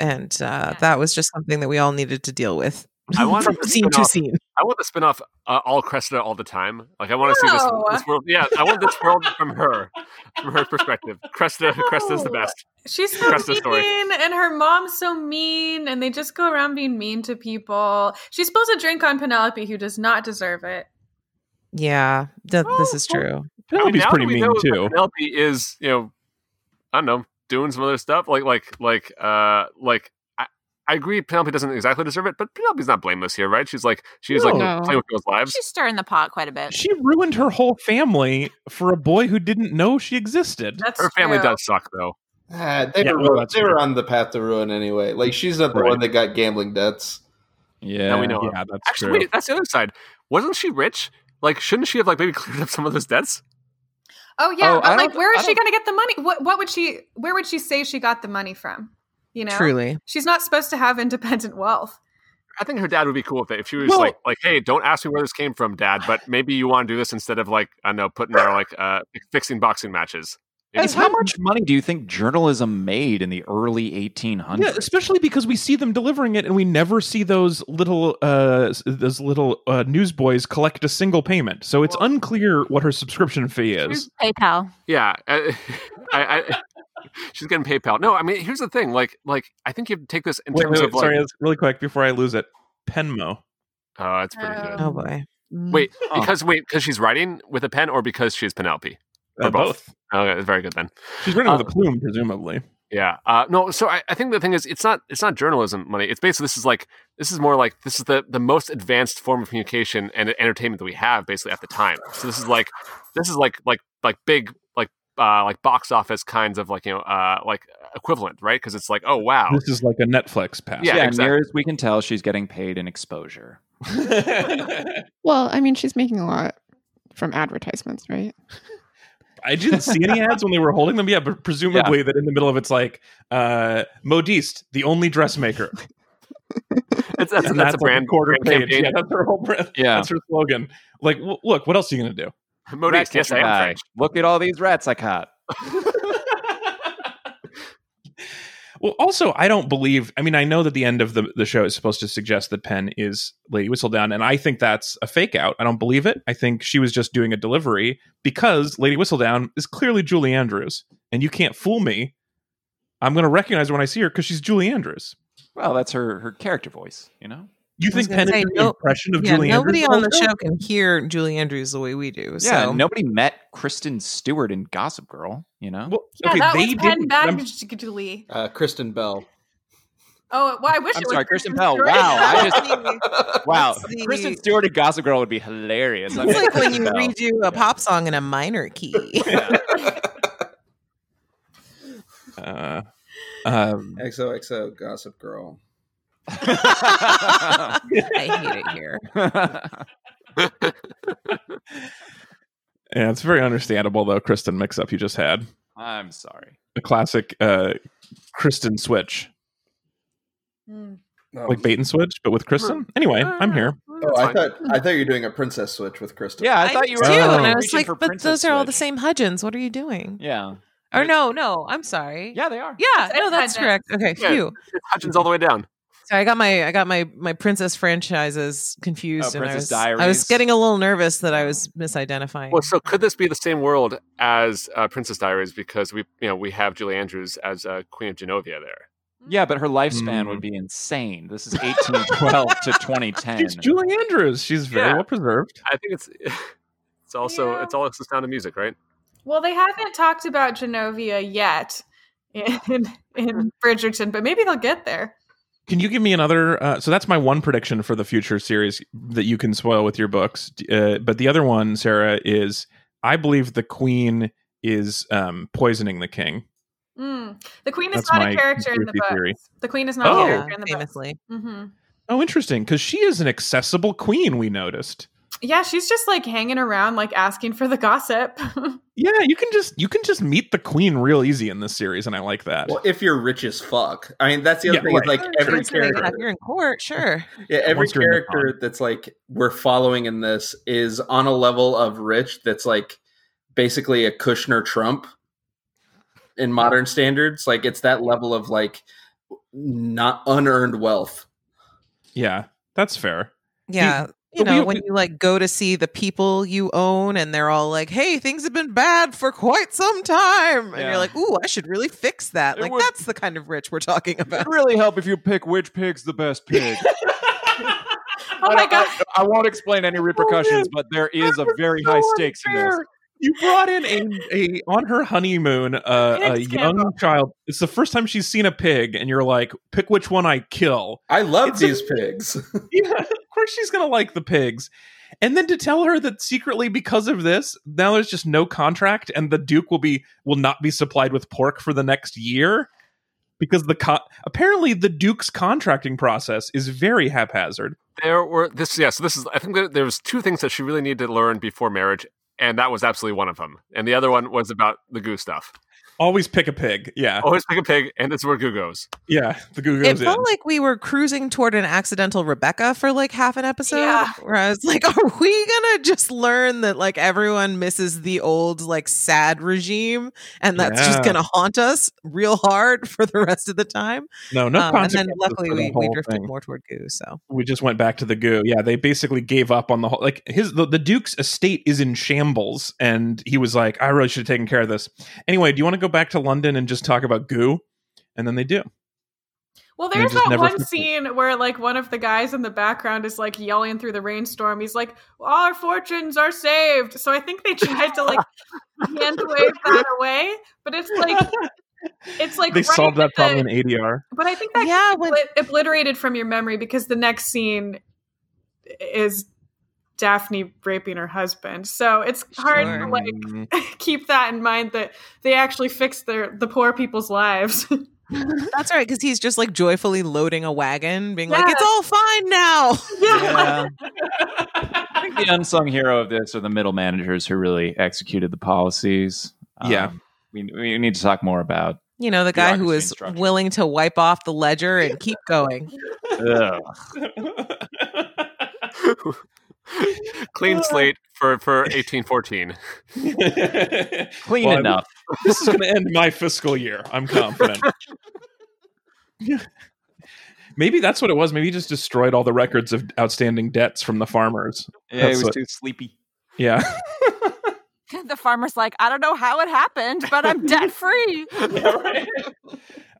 Speaker 5: And uh, that was just something that we all needed to deal with
Speaker 3: I want
Speaker 5: from
Speaker 3: to
Speaker 5: scene
Speaker 3: spin
Speaker 5: to
Speaker 3: off-
Speaker 5: scene.
Speaker 3: I want the spin-off uh, all Cressida all the time. Like I want to see
Speaker 6: No.
Speaker 3: this, this world. Yeah, I want this world from her, from her perspective. Cressida, Cressida's the
Speaker 6: No.
Speaker 3: best.
Speaker 6: she's so
Speaker 3: Cressida
Speaker 6: mean,
Speaker 3: story.
Speaker 6: and her mom's so mean, and they just go around being mean to people. She spills a drink on Penelope, who does not deserve it.
Speaker 5: Yeah, th-
Speaker 6: Oh,
Speaker 5: this is true.
Speaker 1: Penelope's
Speaker 3: now
Speaker 1: pretty
Speaker 3: that we
Speaker 1: mean
Speaker 3: know that
Speaker 1: too.
Speaker 3: Penelope is, you know, I don't know, doing some other stuff. Like, like, like, uh, like. I, I agree. Penelope doesn't exactly deserve it, but Penelope's not blameless here, right? She's like, she's like
Speaker 2: No.
Speaker 3: playing with people's lives.
Speaker 4: She's stirring the pot quite a bit.
Speaker 1: She ruined her whole family for a boy who didn't know she existed.
Speaker 6: That's
Speaker 3: Her family
Speaker 6: true.
Speaker 3: does suck, though.
Speaker 7: Ah, they
Speaker 1: Yeah,
Speaker 7: were
Speaker 1: well,
Speaker 7: ruined-
Speaker 1: that's
Speaker 7: they
Speaker 1: true.
Speaker 7: were on the path to ruin anyway. Like she's not the
Speaker 1: Right.
Speaker 7: one that got gambling debts.
Speaker 8: yeah.
Speaker 3: Now we know.
Speaker 1: Yeah, that's
Speaker 3: Actually,
Speaker 1: true.
Speaker 3: wait, that's the other side. Wasn't she rich? Like, shouldn't she have like maybe cleared up some of those debts?
Speaker 6: Oh yeah,
Speaker 8: Oh,
Speaker 6: but
Speaker 8: I
Speaker 6: like,
Speaker 8: don't-
Speaker 6: where is
Speaker 8: I
Speaker 6: she going to get the money? What what would she? Where would she say she got the money from? You know,
Speaker 5: Truly.
Speaker 6: she's not supposed to have independent wealth.
Speaker 3: I think her dad would be cool with it if she was
Speaker 1: Well-
Speaker 3: like, like, hey, don't ask me where this came from, dad, but maybe you want to do this instead of like, I don't know, putting our like uh fixing boxing matches. Maybe
Speaker 8: Guys, how much money do you think journalism made in the early 1800s?
Speaker 1: Yeah, especially because we see them delivering it, and we never see those little uh, s- those little uh, newsboys collect a single payment. So it's unclear what her subscription fee is.
Speaker 4: PayPal.
Speaker 3: Yeah, uh, I, I, she's getting PayPal. No, I mean, here's the thing. Like, like I think you have to take this in
Speaker 1: Wait,
Speaker 3: terms
Speaker 1: wait,
Speaker 3: of like,
Speaker 1: sorry, that's really quick before I lose it. Penmo.
Speaker 3: oh, it's pretty good.
Speaker 6: Um,
Speaker 5: Oh boy.
Speaker 2: Mm.
Speaker 3: Wait,
Speaker 8: Oh.
Speaker 3: because wait, because she's writing with a pen, or because she's Penelope.
Speaker 1: Uh,
Speaker 3: Or both. Okay, very good then.
Speaker 1: She's running
Speaker 3: Uh,
Speaker 1: with a plume, presumably.
Speaker 3: Yeah. Uh, no. So I, I think the thing is, it's not it's not journalism money. It's basically this is like this is more like this is the the most advanced form of communication and entertainment that we have basically at the time. So this is like this is like like like big like uh, like box office kinds of like you know uh, like equivalent, right? Because it's like oh wow,
Speaker 1: This is like a Netflix pass.
Speaker 3: Yeah,
Speaker 8: Yeah,
Speaker 3: exactly.
Speaker 8: near as we can tell, she's getting paid in exposure.
Speaker 2: Well, I mean, she's making a lot from advertisements, right?
Speaker 1: I didn't see any ads when they were holding them. Yeah, but presumably that in the middle of it's like uh Modiste, the only dressmaker.
Speaker 3: it's, that's, that's,
Speaker 1: And
Speaker 3: a
Speaker 1: like
Speaker 3: brand
Speaker 1: quarter
Speaker 3: brand
Speaker 1: page.
Speaker 3: campaign.
Speaker 1: Yeah, that's her whole brand.
Speaker 8: Yeah.
Speaker 1: That's her slogan. Like, w- look, what else are you gonna do?
Speaker 3: Modiste, yes, I
Speaker 8: Rat catcher
Speaker 3: am
Speaker 8: guy.
Speaker 3: French.
Speaker 8: Look at all these rats I caught.
Speaker 1: Well, also, I don't believe. I mean, I know that the end of the, the show is supposed to suggest that Penn is Lady Whistledown, and I think that's a fake out. I don't believe it. I think she was just doing a delivery because Lady Whistledown is clearly Julie Andrews, and you can't fool me. I'm going to recognize her when I see her because she's Julie Andrews.
Speaker 8: Well, that's her her character voice, you know.
Speaker 1: You
Speaker 5: I was
Speaker 1: think Penn
Speaker 5: gonna say,
Speaker 1: is doing an
Speaker 5: no-
Speaker 1: impression of
Speaker 5: Yeah,
Speaker 1: Julie
Speaker 5: nobody
Speaker 1: Andrews?
Speaker 5: on the show can hear Julie Andrews the way we do. So
Speaker 8: Yeah, nobody met Kristen Stewart in Gossip Girl, you know.
Speaker 1: Well,
Speaker 6: Yeah,
Speaker 1: okay,
Speaker 6: that
Speaker 1: they
Speaker 6: was Penn
Speaker 1: didn't, but I'm-
Speaker 6: Badgley.
Speaker 7: Uh, Kristen Bell.
Speaker 6: Oh, well, I wish
Speaker 8: I'm
Speaker 6: it was
Speaker 8: sorry, Kristen Bell.
Speaker 6: Stewart.
Speaker 8: Wow, I just wow.
Speaker 5: Let's see.
Speaker 8: Kristen Stewart in Gossip Girl would be hilarious. I
Speaker 5: It's
Speaker 8: mean,
Speaker 5: like when you
Speaker 8: Kristen Bell.
Speaker 5: redo a pop song in a minor key.
Speaker 1: uh, um,
Speaker 7: XOXO Gossip Girl.
Speaker 5: I hate it here.
Speaker 1: yeah, it's very understandable though. Kristen mix-up you just had
Speaker 8: I'm sorry.
Speaker 1: the classic uh, Kristen switch.
Speaker 6: Mm.
Speaker 7: Oh,
Speaker 1: like bait and switch, but with Kristen. Anyway, I'm here.
Speaker 7: oh, I thought I thought you were doing a princess switch with Kristen.
Speaker 8: Yeah, I, thought you were.
Speaker 5: do, and I
Speaker 1: Oh.
Speaker 5: was
Speaker 8: reaching
Speaker 5: like,
Speaker 8: for
Speaker 5: but
Speaker 8: Princess
Speaker 5: those are all the
Speaker 8: Switch.
Speaker 5: same Hudgens. What are you doing?
Speaker 8: Yeah,
Speaker 5: Or no, no, I'm sorry.
Speaker 8: yeah, they are.
Speaker 5: Yeah,
Speaker 6: It's
Speaker 5: no, that's
Speaker 6: Hudgens.
Speaker 5: correct. Okay,
Speaker 3: Yeah.
Speaker 5: phew.
Speaker 3: It's Hutchins all the way down.
Speaker 5: Sorry, I got my I got my my princess franchises
Speaker 8: Oh,
Speaker 5: confused, and I
Speaker 8: Princess
Speaker 5: was I was
Speaker 8: Diaries. Oh.
Speaker 5: getting a little nervous that I was misidentifying.
Speaker 3: Well, so could this be the same world as uh, Princess Diaries because we you know we have Julie Andrews as uh, Queen of Genovia there.
Speaker 8: Yeah, but her lifespan
Speaker 1: Mm.
Speaker 8: would be insane. This is 1812 to 2010.
Speaker 1: She's Julie Andrews. She's very
Speaker 3: Yeah.
Speaker 1: well preserved.
Speaker 3: I think it's it's also
Speaker 6: Yeah.
Speaker 3: it's all it's the sound of music, right?
Speaker 6: Well, they haven't talked about Genovia yet in, in Bridgerton, but maybe they'll get there.
Speaker 1: Can you give me another? Uh, so that's my one prediction for the future series that you can spoil with your books. D- Uh, but the other one, Sarah, is I believe the queen is um, poisoning the king.
Speaker 6: Mm. The queen is
Speaker 1: That's
Speaker 6: not
Speaker 1: my
Speaker 6: a character in the
Speaker 1: conspiracy
Speaker 6: book.
Speaker 1: theory.
Speaker 6: The queen is not
Speaker 1: Oh.
Speaker 5: yeah,
Speaker 6: a character in the book.
Speaker 5: famously.
Speaker 6: hmm
Speaker 1: Oh, interesting, because she is an accessible queen. We noticed.
Speaker 6: Yeah, she's just like hanging around, like asking for the gossip. Oh
Speaker 1: Yeah, you can just you can just meet the queen real easy in this series, and I like that.
Speaker 7: Well, if you're rich as fuck, I mean that's the other
Speaker 1: Yeah,
Speaker 7: thing. Is
Speaker 8: Oh,
Speaker 1: right.
Speaker 7: like every
Speaker 5: Once they-
Speaker 7: character,
Speaker 5: You're in court, sure.
Speaker 7: yeah, every
Speaker 1: Once you're in the
Speaker 7: character that's like we're following in this is on a level of rich that's like basically a Kushner Trump in modern standards. Like it's that level of like not unearned wealth.
Speaker 1: Yeah, that's fair.
Speaker 5: Yeah. you
Speaker 1: but we-
Speaker 5: know, when you like go to see the people you own and they're all like, hey, things have been bad for quite some time. And
Speaker 8: Yeah.
Speaker 5: you're like, ooh, I should really fix that.
Speaker 8: It
Speaker 5: like,
Speaker 8: would-
Speaker 5: that's the kind of rich we're talking about.
Speaker 8: really help if you pick which pig's the best pig.
Speaker 6: oh my god.
Speaker 8: I won't explain
Speaker 5: Oh,
Speaker 8: any
Speaker 1: repercussions,
Speaker 8: but there
Speaker 1: is a very high stakes in this. You brought in a, a on her honeymoon uh, a
Speaker 6: Pig
Speaker 1: young child. It's the first time she's seen a pig, and you're like, pick which one I kill.
Speaker 7: I love
Speaker 1: It's a-
Speaker 7: these pigs.
Speaker 1: Yeah, of course she's gonna like the pigs. And then to tell her that secretly because of this, now there's just no contract, and the Duke will be will not be supplied with pork for the next year because the co- apparently the Duke's contracting process is very haphazard.
Speaker 3: There were this yeah. So this is I think that there was two things that she really needed to learn before marriage, and that was absolutely one of them. And the other one was about the goo stuff.
Speaker 1: Always pick a pig. Yeah,
Speaker 3: Always pick a pig, and it's where goo goes.
Speaker 1: yeah. The goo
Speaker 5: Oh. It
Speaker 1: goes in.
Speaker 5: felt like we were cruising toward an accidental Rebecca for like half an episode
Speaker 6: Yeah.
Speaker 5: where I was like, are we gonna just learn that like everyone misses the old like sad regime and that's just
Speaker 1: Yeah.
Speaker 5: gonna haunt us real hard for the rest of the time?
Speaker 1: No, no.
Speaker 5: Um, and then
Speaker 1: consequences
Speaker 5: luckily
Speaker 1: for the
Speaker 5: we, we
Speaker 1: whole
Speaker 5: drifted
Speaker 1: thing.
Speaker 5: more toward goo. So
Speaker 1: we just went back to the goo. Yeah, they basically gave up on the whole. Like his the, the Duke's estate is in shambles, and he was like, "I really should have taken care of this." Anyway, do you want to go back to London and just talk about goo? And then they do.
Speaker 6: Well,
Speaker 1: They
Speaker 6: there's
Speaker 1: just
Speaker 6: that
Speaker 1: never
Speaker 6: one
Speaker 1: fix it.
Speaker 6: scene where like one of the guys in the background is like yelling through the rainstorm. He's like, "All our fortunes are saved." So I think they tried to like hand wave that away, but it's like It's like
Speaker 1: they
Speaker 6: right
Speaker 1: solved
Speaker 6: at
Speaker 1: that problem
Speaker 6: the-
Speaker 1: in ADR.
Speaker 6: But I think that
Speaker 5: yeah, when
Speaker 6: obli- obliterated from your memory because the next scene is Daphne raping her husband. So it's hard
Speaker 5: Sure.
Speaker 6: to like
Speaker 1: Mm.
Speaker 6: keep that in mind that they actually fixed their the poor people's lives.
Speaker 5: that's right, because he's just like joyfully loading a wagon, being like,
Speaker 6: Yeah.
Speaker 5: "It's all fine now."
Speaker 8: Yeah. I think the unsung hero of this are the middle managers who really executed the policies. Um,
Speaker 1: Yeah.
Speaker 8: we, we need to talk more about.
Speaker 5: You know, the guy who
Speaker 8: Bureaucracy
Speaker 5: is
Speaker 8: and structure.
Speaker 5: willing to wipe off the ledger and keep going.
Speaker 8: Ugh.
Speaker 3: Clean slate for for 1814.
Speaker 8: Clean
Speaker 1: Well, I
Speaker 8: enough.
Speaker 1: this is going to end my fiscal year. I'm confident. Maybe that's what it was. Maybe he just destroyed all the records of outstanding debts from the farmers.
Speaker 8: yeah, he
Speaker 1: That's
Speaker 8: was
Speaker 1: what-
Speaker 8: too sleepy.
Speaker 1: Yeah.
Speaker 4: the farmer's like, I don't know how it happened, but I'm debt free.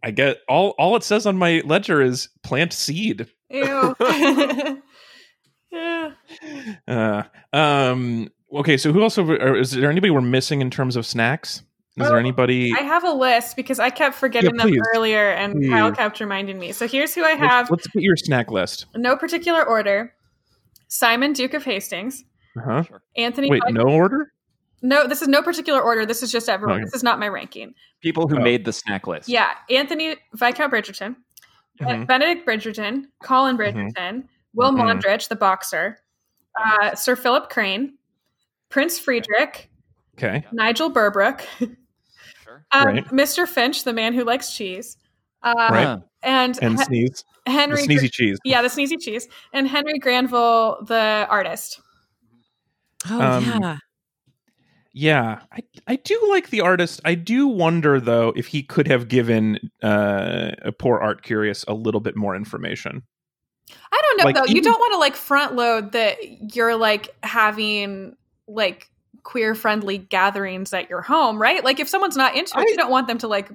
Speaker 1: I get all all it says on my ledger is plant seed.
Speaker 6: Ew. yeah.
Speaker 1: Uh, um okay, so who else have- or is there anybody we're missing in terms of snacks? Is
Speaker 6: Oh,
Speaker 1: there anybody
Speaker 6: I have a list because I kept forgetting
Speaker 1: Yeah,
Speaker 6: them
Speaker 1: please.
Speaker 6: earlier and Kyle
Speaker 1: Please.
Speaker 6: kept reminding me. So here's who I
Speaker 1: let's-
Speaker 6: have,
Speaker 1: Let's put your snack list.
Speaker 6: no particular order. Simon Duke of Hastings,
Speaker 1: Uh-huh.
Speaker 6: Anthony
Speaker 1: Wait,
Speaker 6: Pike-
Speaker 1: no order?
Speaker 6: No, this is no particular order. This is just everyone.
Speaker 1: Okay.
Speaker 6: This is not my ranking.
Speaker 8: People who
Speaker 1: Oh.
Speaker 8: made the snack list.
Speaker 6: Yeah, Anthony Viscount Bridgerton,
Speaker 1: Mhm.
Speaker 6: Benedict Bridgerton, Colin
Speaker 1: Mm-hmm.
Speaker 6: Bridgerton, Will
Speaker 1: Mhm.
Speaker 6: Mondrich, the boxer, uh, Sir Philip Crane, Prince Friedrich,
Speaker 1: Okay.
Speaker 6: Nigel Burbrook,
Speaker 8: Sure.
Speaker 6: um,
Speaker 1: Right.
Speaker 6: Mr. Finch, the man who likes cheese, uh,
Speaker 1: Right.
Speaker 6: and,
Speaker 1: And
Speaker 6: Hen-
Speaker 1: sneeze. The
Speaker 6: Henry.
Speaker 1: sneezy cheese.
Speaker 6: yeah, the sneezy cheese, and Henry Granville, the artist.
Speaker 5: Oh
Speaker 1: Um,
Speaker 5: yeah,
Speaker 1: Yeah, I I do like the artist. I do wonder though if he could have given uh, a poor art curious a little bit more information.
Speaker 6: I don't know
Speaker 1: Like,
Speaker 6: though. you
Speaker 1: even-
Speaker 6: don't want to like front load that you're like having like queer friendly gatherings at your home, right? Like if someone's not into it,
Speaker 1: I-
Speaker 6: you don't want them to like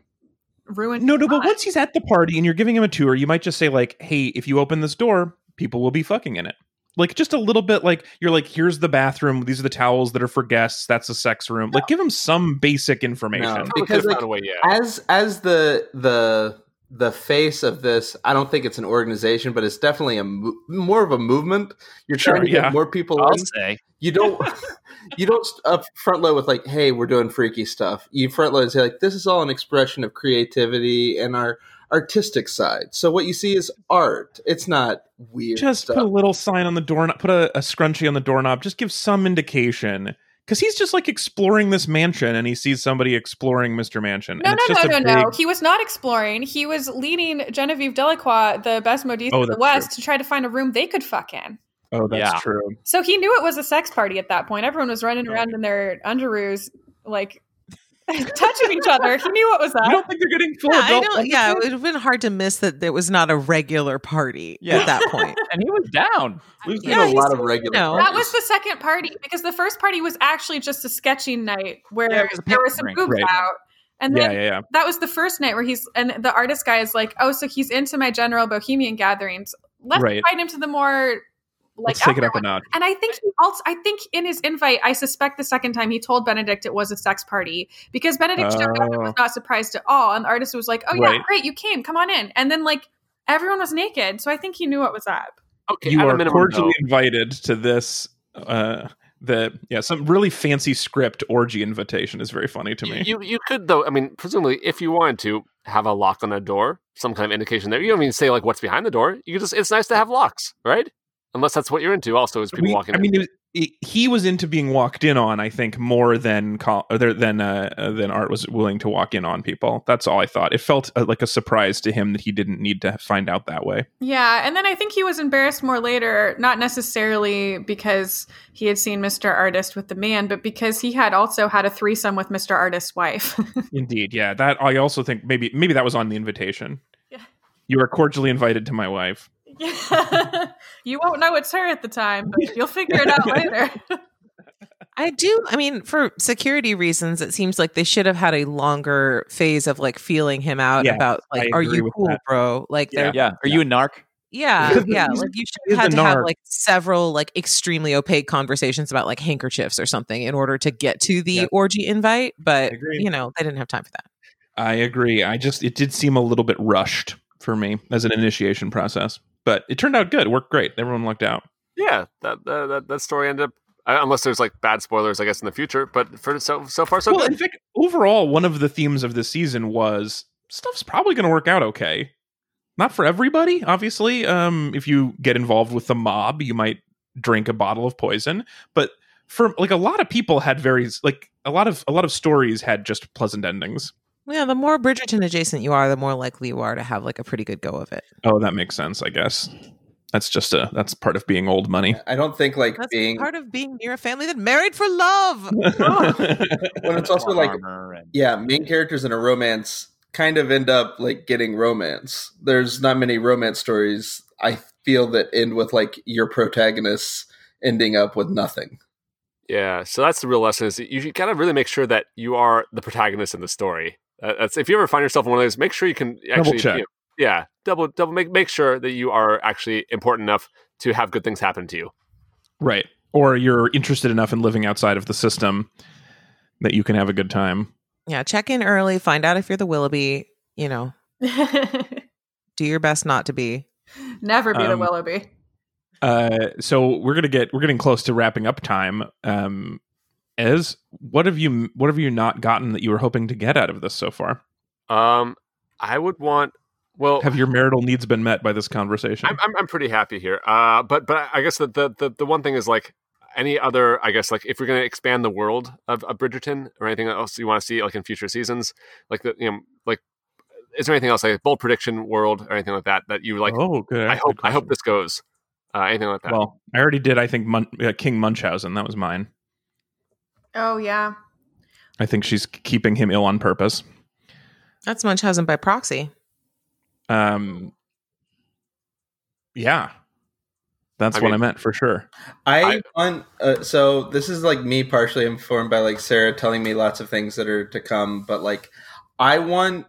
Speaker 6: ruin.
Speaker 1: No, no, but
Speaker 6: fun.
Speaker 1: once he's at the party and you're giving him a tour, you might just say like, "Hey, if you open this door, people will be fucking in it." Like just a little bit like you're like, "Here's the bathroom. These are the towels that are for guests. That's a sex room." Like give him some basic information.
Speaker 7: No.
Speaker 3: We
Speaker 7: Because,
Speaker 3: could've
Speaker 7: like,
Speaker 3: found a way, yeah.
Speaker 7: as as the the the face of this i don't think it's an organization but it's definitely a mo- more of a movement you're trying
Speaker 1: Sure,
Speaker 7: to get
Speaker 1: yeah.
Speaker 7: more people
Speaker 8: I'll
Speaker 7: in.
Speaker 8: say.
Speaker 7: you don't you don't up front load with like hey we're doing freaky stuff you front load and say like this is all an expression of creativity and our artistic side so what you see is art it's not weird
Speaker 1: Just
Speaker 7: stuff.
Speaker 1: put a little sign on the doorknob. Put a, a scrunchie on the doorknob. Just give some indication. Because he's just like exploring this mansion, and he sees somebody exploring Mr. Mansion.
Speaker 6: No,
Speaker 1: and it's
Speaker 6: no,
Speaker 1: just
Speaker 6: no, no,
Speaker 1: a
Speaker 6: no.
Speaker 1: big-
Speaker 6: He was not exploring. He was leading Genevieve Delacroix, the best modiste
Speaker 1: Oh,
Speaker 6: of the
Speaker 1: that's
Speaker 6: West, to try to find a room they could fuck in.
Speaker 1: Oh, that's
Speaker 8: Yeah.
Speaker 1: true.
Speaker 6: So he knew it was a sex party at that point. Everyone was running around in their underoos, like touching each other. He knew what was
Speaker 1: You
Speaker 6: up.
Speaker 1: don't think they're getting full
Speaker 5: yeah, I
Speaker 1: adult?
Speaker 5: don't, yeah. It would have been hard to miss that there was not a regular party
Speaker 8: Yeah.
Speaker 5: at that point.
Speaker 8: And he was down.
Speaker 7: We've
Speaker 5: Yeah,
Speaker 7: done a
Speaker 5: he's-
Speaker 7: lot of regular
Speaker 5: you know.
Speaker 7: parties.
Speaker 6: That was the second party because the first party was actually just a sketching night where
Speaker 8: Yeah, it was a
Speaker 6: there were
Speaker 8: paint
Speaker 6: some
Speaker 8: drink.
Speaker 6: boobs
Speaker 1: Right.
Speaker 6: out. And
Speaker 1: yeah,
Speaker 6: then
Speaker 1: yeah, yeah.
Speaker 6: that was the first night where he's and the artist guy is like, Oh, so he's into my general bohemian gatherings. Let's
Speaker 1: Right.
Speaker 6: invite him to the more like
Speaker 1: Let's take it
Speaker 6: outdoor
Speaker 1: up a notch.
Speaker 6: and I think he also, I think in his invite, I suspect the second time he told Benedict it was a sex party because Benedict showed up and was
Speaker 1: Oh.
Speaker 6: not surprised at all. And the artist was like, "Oh yeah,
Speaker 1: Right.
Speaker 6: great, you came, come on in." And then like everyone was naked, so I think he knew what was up.
Speaker 3: Okay,
Speaker 1: you
Speaker 3: at a
Speaker 1: are
Speaker 3: minimum,
Speaker 1: cordially
Speaker 3: though.
Speaker 1: invited to this. Uh, the yeah, some really fancy script orgy invitation is very funny to
Speaker 3: You-
Speaker 1: me.
Speaker 3: You you could though. I mean, presumably, if you wanted to have a lock on a door, some kind of indication there. You don't even say like what's behind the door. You just it's nice to have locks, right? Unless that's what you're into. Also, is people
Speaker 1: We-
Speaker 3: walking.
Speaker 1: I mean, it was, it, he was into being walked in on. I think more than Col- or there- than uh, uh, than Art was willing to walk in on people. That's all I thought. It felt uh, like a surprise to him that he didn't need to find out that way.
Speaker 6: Yeah, and then I think he was embarrassed more later, not necessarily because he had seen Mr. Artist with the man, but because he had also had a threesome with Mr. Artist's wife.
Speaker 1: Indeed, yeah. That I also think maybe maybe that was on the invitation.
Speaker 6: Yeah.
Speaker 1: You are cordially invited to my wife.
Speaker 6: Yeah. you won't know it's her at the time, but you'll figure it out later.
Speaker 5: I do. I mean, for security reasons, it seems like they should have had a longer phase of like feeling him out
Speaker 1: Yeah,
Speaker 5: about
Speaker 1: I
Speaker 5: like, are
Speaker 1: agree
Speaker 5: you
Speaker 1: with
Speaker 5: cool,
Speaker 1: that.
Speaker 5: bro? Like,
Speaker 1: Yeah.
Speaker 5: they're
Speaker 8: Yeah. Are you a narc?
Speaker 5: yeah,
Speaker 1: Because
Speaker 5: yeah.
Speaker 1: he's-
Speaker 5: Like you should
Speaker 1: he's
Speaker 5: have had
Speaker 1: a
Speaker 5: to have
Speaker 1: narc.
Speaker 5: like several like extremely opaque conversations about like handkerchiefs or something in order to get to the
Speaker 1: Yeah.
Speaker 5: orgy invite. But
Speaker 1: agree.
Speaker 5: you know, they didn't have time for that.
Speaker 1: I agree. I just it did seem a little bit rushed for me as an initiation process, but it turned out good. It worked great. Everyone lucked out.
Speaker 3: yeah, that that, that, that story ended up. uh, Unless there's like bad spoilers, I guess in the future. But for so so far so
Speaker 1: well,
Speaker 3: good.
Speaker 1: in fact, overall, one of the themes of this season was stuff's probably going to work out okay. Not for everybody, obviously. Um, if you get involved with the mob, you might drink a bottle of poison. But for like a lot of people had very like a lot of a lot of stories had just pleasant endings.
Speaker 5: Yeah, the more Bridgerton adjacent you are, the more likely you are to have like a pretty good go of it.
Speaker 1: Oh, that makes sense, I guess. That's just a that's part of being old money.
Speaker 7: I don't think like
Speaker 5: That's
Speaker 7: being
Speaker 5: part of being near a family that married for love.
Speaker 7: when it's also like
Speaker 8: Armor and-
Speaker 7: yeah, main characters in a romance kind of end up like getting romance. There's not many romance stories I feel that end with like your protagonists ending up with nothing.
Speaker 3: Yeah, so that's the real lesson is you gotta really make sure that you are the protagonist in the story. Uh, that's if you ever find yourself in one of those, make sure you can actually
Speaker 1: check.
Speaker 3: you know, yeah, double double make make sure that you are actually important enough to have good things happen to you.
Speaker 1: Right. Or you're interested enough in living outside of the system that you can have a good time.
Speaker 5: yeah, check in early, find out if you're the Willoughby. You know, do your best not to be.
Speaker 6: Never be the
Speaker 1: Um,
Speaker 6: Willoughby.
Speaker 1: Uh, so we're gonna get we're getting close to wrapping up time. Um, Ez, what have you what have you not gotten that you were hoping to get out of this so far?
Speaker 3: Um, I would want well,
Speaker 1: Have your marital needs been met by this conversation?
Speaker 3: Oh. I'm, I'm I'm pretty happy here. Uh, but but I guess the the the, the one thing is like. Any other, I guess, like if we're going to expand the world of, of Bridgerton or anything else you want to see, like in future seasons, like the, you know, like is there anything else, like bold prediction world or anything like that, that you like
Speaker 1: oh, good.
Speaker 3: I hope
Speaker 1: Good
Speaker 3: I
Speaker 1: question.
Speaker 3: hope this goes. Uh, anything like that.
Speaker 1: Well, I already did. I think Mun- uh, King Munchausen. That was mine.
Speaker 6: Oh yeah.
Speaker 1: I think she's keeping him ill on purpose.
Speaker 5: That's Munchausen by proxy.
Speaker 1: Um, yeah, that's
Speaker 3: I
Speaker 1: what
Speaker 3: mean-
Speaker 1: I meant for sure.
Speaker 7: I,
Speaker 3: I-
Speaker 7: want uh, so this is like me partially informed by like Sarah telling me lots of things that are to come, but like I want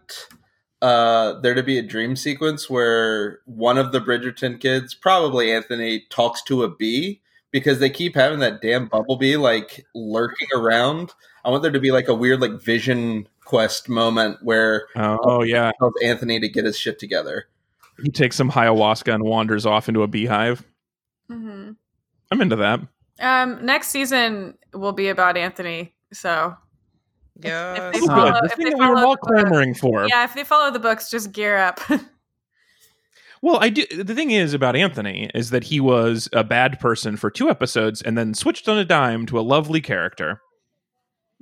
Speaker 7: uh there to be a dream sequence where one of the Bridgerton kids, probably Anthony, talks to a bee because they keep having that damn bumblebee like lurking around. I want there to be like a weird like vision quest moment where
Speaker 1: Oh, oh yeah,
Speaker 7: he tells Anthony to get his shit together.
Speaker 1: he takes some ayahuasca and wanders off into a beehive.
Speaker 6: hmm
Speaker 1: I'm into that.
Speaker 6: Um, next season will be about Anthony. So
Speaker 5: Yeah.
Speaker 6: If
Speaker 1: Oh,
Speaker 6: follow-
Speaker 1: good. The
Speaker 6: if
Speaker 1: thing
Speaker 6: they
Speaker 1: that we were
Speaker 6: follow
Speaker 1: all
Speaker 6: the book.
Speaker 1: clamoring for.
Speaker 6: yeah, if they follow the books, just gear up.
Speaker 1: Well, I do. The thing is about Anthony is that he was a bad person for two episodes and then switched on a dime to a lovely character.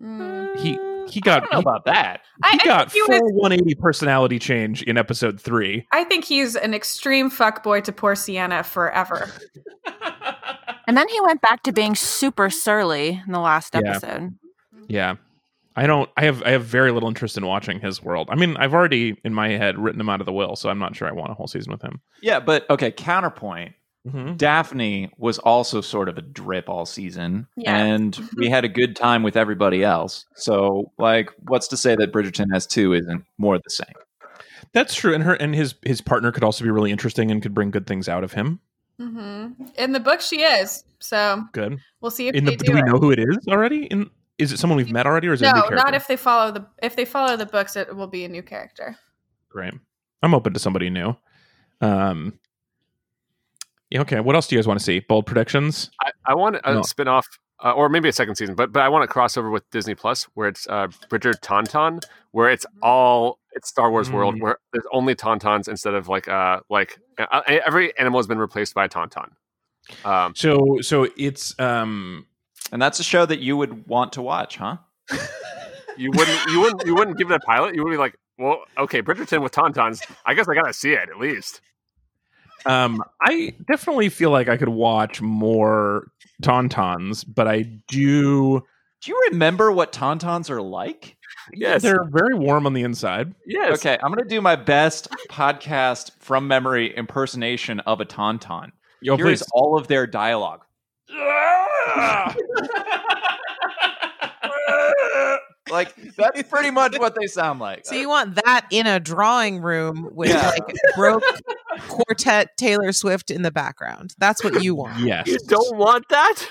Speaker 6: Mm.
Speaker 1: He he
Speaker 8: I
Speaker 1: got
Speaker 8: don't know
Speaker 1: he,
Speaker 8: about that.
Speaker 6: I,
Speaker 1: he
Speaker 6: I
Speaker 1: got
Speaker 6: think he
Speaker 1: full
Speaker 6: was-
Speaker 1: 180 personality change in episode three.
Speaker 6: I think he's an extreme fuckboy to poor Sienna forever.
Speaker 4: And then he went back to being super surly in the last
Speaker 1: Yeah.
Speaker 4: episode.
Speaker 1: Yeah. I don't I have I have very little interest in watching his world. I mean, I've already in my head written him out of the will, so I'm not sure I want a whole season with him.
Speaker 8: Yeah, but okay. Counterpoint:
Speaker 1: Mm-hmm.
Speaker 8: Daphne was also sort of a drip all season,
Speaker 6: Yeah.
Speaker 8: and we had a good time with everybody else. So, like, what's to say that Bridgerton has two isn't more the same?
Speaker 1: That's true. And her and his his partner could also be really interesting and could bring good things out of him.
Speaker 6: Mm-hmm. In the book, she is. So
Speaker 1: Good.
Speaker 6: we'll see if
Speaker 1: In
Speaker 6: they
Speaker 1: the do,
Speaker 6: do,
Speaker 1: we
Speaker 6: it.
Speaker 1: know who it is already? In is it someone we've met already or is it a new
Speaker 6: no,
Speaker 1: character?
Speaker 6: not if they follow the if they follow the books, it will be a new character.
Speaker 1: Great. I'm open to somebody new. Um yeah, okay. What else do you guys want to see? Bold predictions?
Speaker 3: I, I want a
Speaker 1: No.
Speaker 3: spin off, uh, or maybe a second season, but but I want a crossover with Disney Plus where it's uh, Bridger Tauntaun, where it's all it's Star Wars world
Speaker 1: Mm.
Speaker 3: where there's only Tauntauns instead of like uh like uh, every animal has been replaced by a Tauntaun. Um,
Speaker 1: So so it's um
Speaker 8: And that's a show that you would want to watch, huh?
Speaker 3: you wouldn't you wouldn't you wouldn't give it a pilot. You would be like, well, okay, Bridgerton with Tauntauns. I guess I gotta see it at least.
Speaker 1: Um, I definitely feel like I could watch more Tauntauns, but I do.
Speaker 8: Do you remember what Tauntauns are like?
Speaker 3: Yes,
Speaker 1: They're very warm on the inside.
Speaker 3: yes.
Speaker 8: Okay, I'm going to do my best podcast from memory impersonation of a Tauntaun.
Speaker 1: Yo,
Speaker 8: Here is
Speaker 1: please.
Speaker 8: all of their dialogue. like that's pretty much what they sound like.
Speaker 5: So you want that in a drawing room with
Speaker 8: Yeah.
Speaker 5: like broke quartet Taylor Swift in the background. That's what you want.
Speaker 1: Yes.
Speaker 3: You don't want that.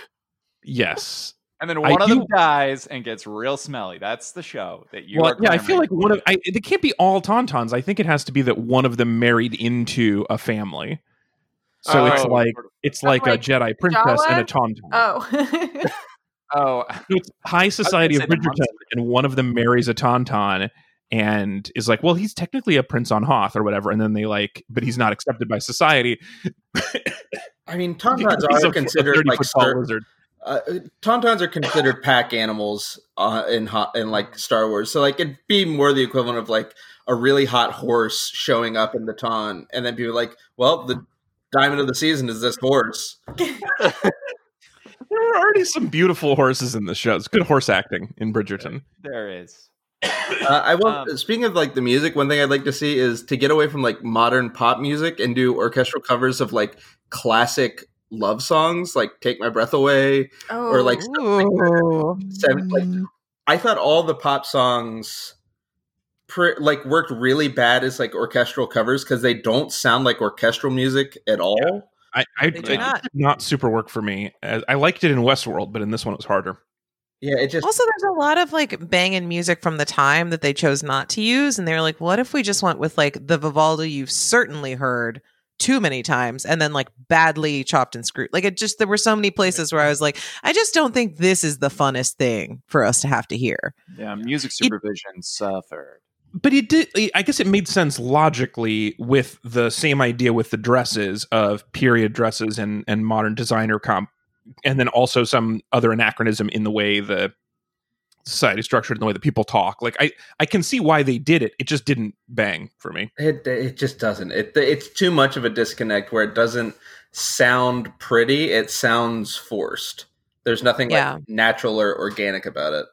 Speaker 1: Yes.
Speaker 8: and then
Speaker 1: I
Speaker 8: one of them
Speaker 1: do-
Speaker 8: dies and gets real smelly. That's the show that you
Speaker 1: well,
Speaker 8: are.
Speaker 1: yeah, I feel
Speaker 8: clamoring
Speaker 1: like
Speaker 8: for.
Speaker 1: one of I, they can't be all tauntauns. I think it has to be that one of them married into a family. So it's
Speaker 8: Oh.
Speaker 1: like it's like,
Speaker 6: like
Speaker 1: a Jedi princess and a
Speaker 6: Jawas?
Speaker 1: tauntaun.
Speaker 6: Oh.
Speaker 8: oh,
Speaker 1: So it's high society of
Speaker 8: say the
Speaker 1: Bridgerton, and one of them marries a tauntaun and is like, well, he's technically a prince on Hoth or whatever, and then they like, but he's not accepted by society.
Speaker 7: I mean,
Speaker 1: because
Speaker 7: tauntauns
Speaker 1: he's a-
Speaker 7: are
Speaker 1: a
Speaker 7: considered
Speaker 1: 30
Speaker 7: like
Speaker 1: foot tall
Speaker 7: ser-
Speaker 1: lizard.
Speaker 7: uh, tauntauns are considered pack animals uh, in hot in like Star Wars. So like it'd be more the equivalent of like a really hot horse showing up in the ton, and then people are like, well, the diamond of the season is this horse.
Speaker 1: There are already some beautiful horses in the show. It's good horse acting in Bridgerton.
Speaker 8: there is.
Speaker 7: Uh, I will.
Speaker 8: Um,
Speaker 7: speaking of like the music, one thing I'd like to see is to get away from like modern pop music and do orchestral covers of like classic love songs, like "Take My Breath Away."
Speaker 4: Oh,
Speaker 7: Or, like,
Speaker 5: Ooh.
Speaker 7: Seven, like,
Speaker 2: Mm,
Speaker 7: I thought all the pop songs, pre- like, worked really bad as like orchestral covers because they don't sound like orchestral music at all.
Speaker 1: I, I
Speaker 5: They
Speaker 1: it
Speaker 5: do
Speaker 1: did
Speaker 5: not.
Speaker 1: not super work for me. As, I liked it in Westworld, but in this one it was harder.
Speaker 7: Yeah, it just
Speaker 5: Also, there's a lot of like banging music from the time that they chose not to use, and they were like, "What if we just went with like the Vivaldi you've certainly heard too many times, and then like badly chopped and screwed?" Like it just there were so many places where I was like, "I just don't think this is the funnest thing for us to have to hear."
Speaker 8: Yeah, music supervision suffered.
Speaker 1: but it did i guess it made sense logically with the same idea with the dresses of period dresses and and modern designer comp and then also some other anachronism in the way the society is structured and the way that people talk like i i can see why they did it it just didn't bang for me
Speaker 7: It it just doesn't. It it's too much of a disconnect where it doesn't sound pretty. It sounds forced. There's nothing
Speaker 5: Yeah.
Speaker 7: like natural or organic about it.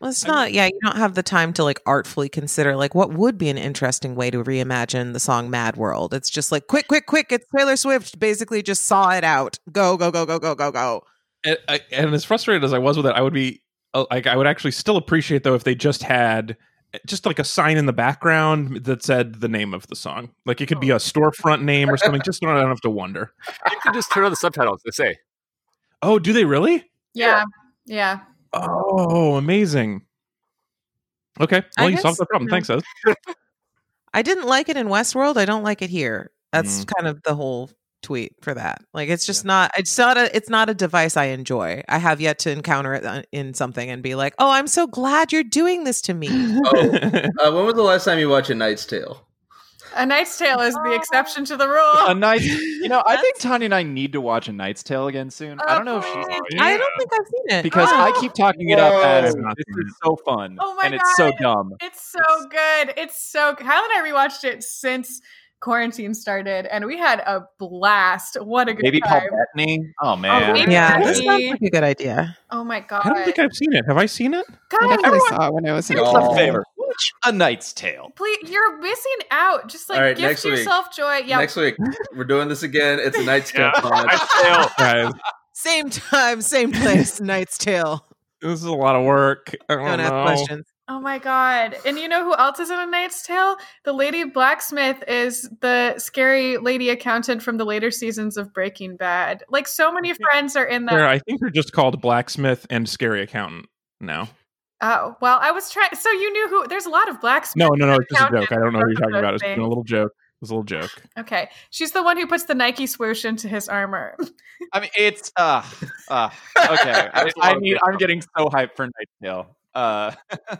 Speaker 5: Well, it's not. Yeah, you don't have the time to like artfully consider like what would be an interesting way to reimagine the song "Mad World." It's just like quick, quick, quick. It's Taylor Swift. Basically, just saw it out. Go, go, go, go, go, go, go.
Speaker 1: and, I, and as frustrated as I was with it, I would be uh, like, I would actually still appreciate though if they just had just like a sign in the background that said the name of the song. Like it could
Speaker 5: Oh.
Speaker 1: be a storefront name or something. just so I don't have to wonder.
Speaker 3: You can just turn on the subtitles. They say
Speaker 1: Oh, do they really?
Speaker 6: yeah. Yeah.
Speaker 1: Oh, amazing. Okay,
Speaker 5: I
Speaker 1: well you
Speaker 5: guess-
Speaker 1: solved the problem.
Speaker 5: yeah.
Speaker 1: Thanks, Ez.
Speaker 5: I didn't like it in Westworld. I don't like it here. That's
Speaker 1: Mm.
Speaker 5: kind of the whole tweet for that. Like it's just not it's not a it's not a device I enjoy. I have yet to encounter it on- in something and be like, "Oh, I'm so glad you're doing this to me."
Speaker 7: Oh, uh, when was the last time you watched A Knight's Tale?
Speaker 6: A Knight's Tale is the exception to the
Speaker 8: A
Speaker 6: rule.
Speaker 8: night, you know, I think Tanya and I need to watch A Knight's Tale again soon. I don't know if she's
Speaker 6: Oh,
Speaker 5: I don't think I've seen it.
Speaker 8: because
Speaker 6: Oh.
Speaker 8: I keep talking it up as
Speaker 1: Whoa.
Speaker 8: this is so fun
Speaker 6: Oh my
Speaker 8: and it's so
Speaker 6: God.
Speaker 8: dumb.
Speaker 6: It's so good. It's so Kyle and I rewatched it since quarantine started and we had a blast. What a good
Speaker 8: Maybe called
Speaker 6: time.
Speaker 8: Bethany. Oh man,
Speaker 6: maybe-
Speaker 5: yeah,
Speaker 6: Yeah.
Speaker 5: this sounds like a good idea.
Speaker 6: Oh my god.
Speaker 1: I don't think I've seen it. Have I seen it?
Speaker 2: I
Speaker 6: Kyle,
Speaker 2: definitely
Speaker 6: everyone,
Speaker 2: saw it when I was in
Speaker 8: do us
Speaker 7: Oh.
Speaker 8: a favor, watch A Knight's Tale.
Speaker 6: please you're missing out. Just like
Speaker 7: All right,
Speaker 6: gift
Speaker 7: next week.
Speaker 6: yourself joy. Yeah.
Speaker 7: Next week we're doing this again. It's A Knight's Tale.
Speaker 3: Yeah.
Speaker 7: pod.
Speaker 3: I
Speaker 5: Oh.
Speaker 3: fail.
Speaker 1: Guys,
Speaker 5: Same time, same place, Knight's Tale.
Speaker 1: this is a lot of work. I don't,
Speaker 5: Don't ask
Speaker 1: know.
Speaker 5: questions.
Speaker 6: Oh my god. And you know who else is in A Knight's Tale? The Lady Blacksmith is the scary lady accountant from the later seasons of Breaking Bad. Like so many friends are in
Speaker 1: Sarah,
Speaker 6: that.
Speaker 1: I think they're just called blacksmith and scary accountant now.
Speaker 6: Oh, well, I was trying so you knew who there's a lot of
Speaker 1: No,
Speaker 6: blacksmiths.
Speaker 1: no, no. It's just a
Speaker 6: Accountant
Speaker 1: joke. I don't know what you're talking about. It's
Speaker 6: thing.
Speaker 1: been a little joke. It was a little joke.
Speaker 6: Okay. She's the one who puts the Nike swoosh into his armor.
Speaker 8: I mean, it's uh, uh okay. I,
Speaker 3: That's a lot
Speaker 8: I
Speaker 3: of
Speaker 8: need.
Speaker 3: good
Speaker 8: I'm getting so hyped for Knight's Tale. Uh,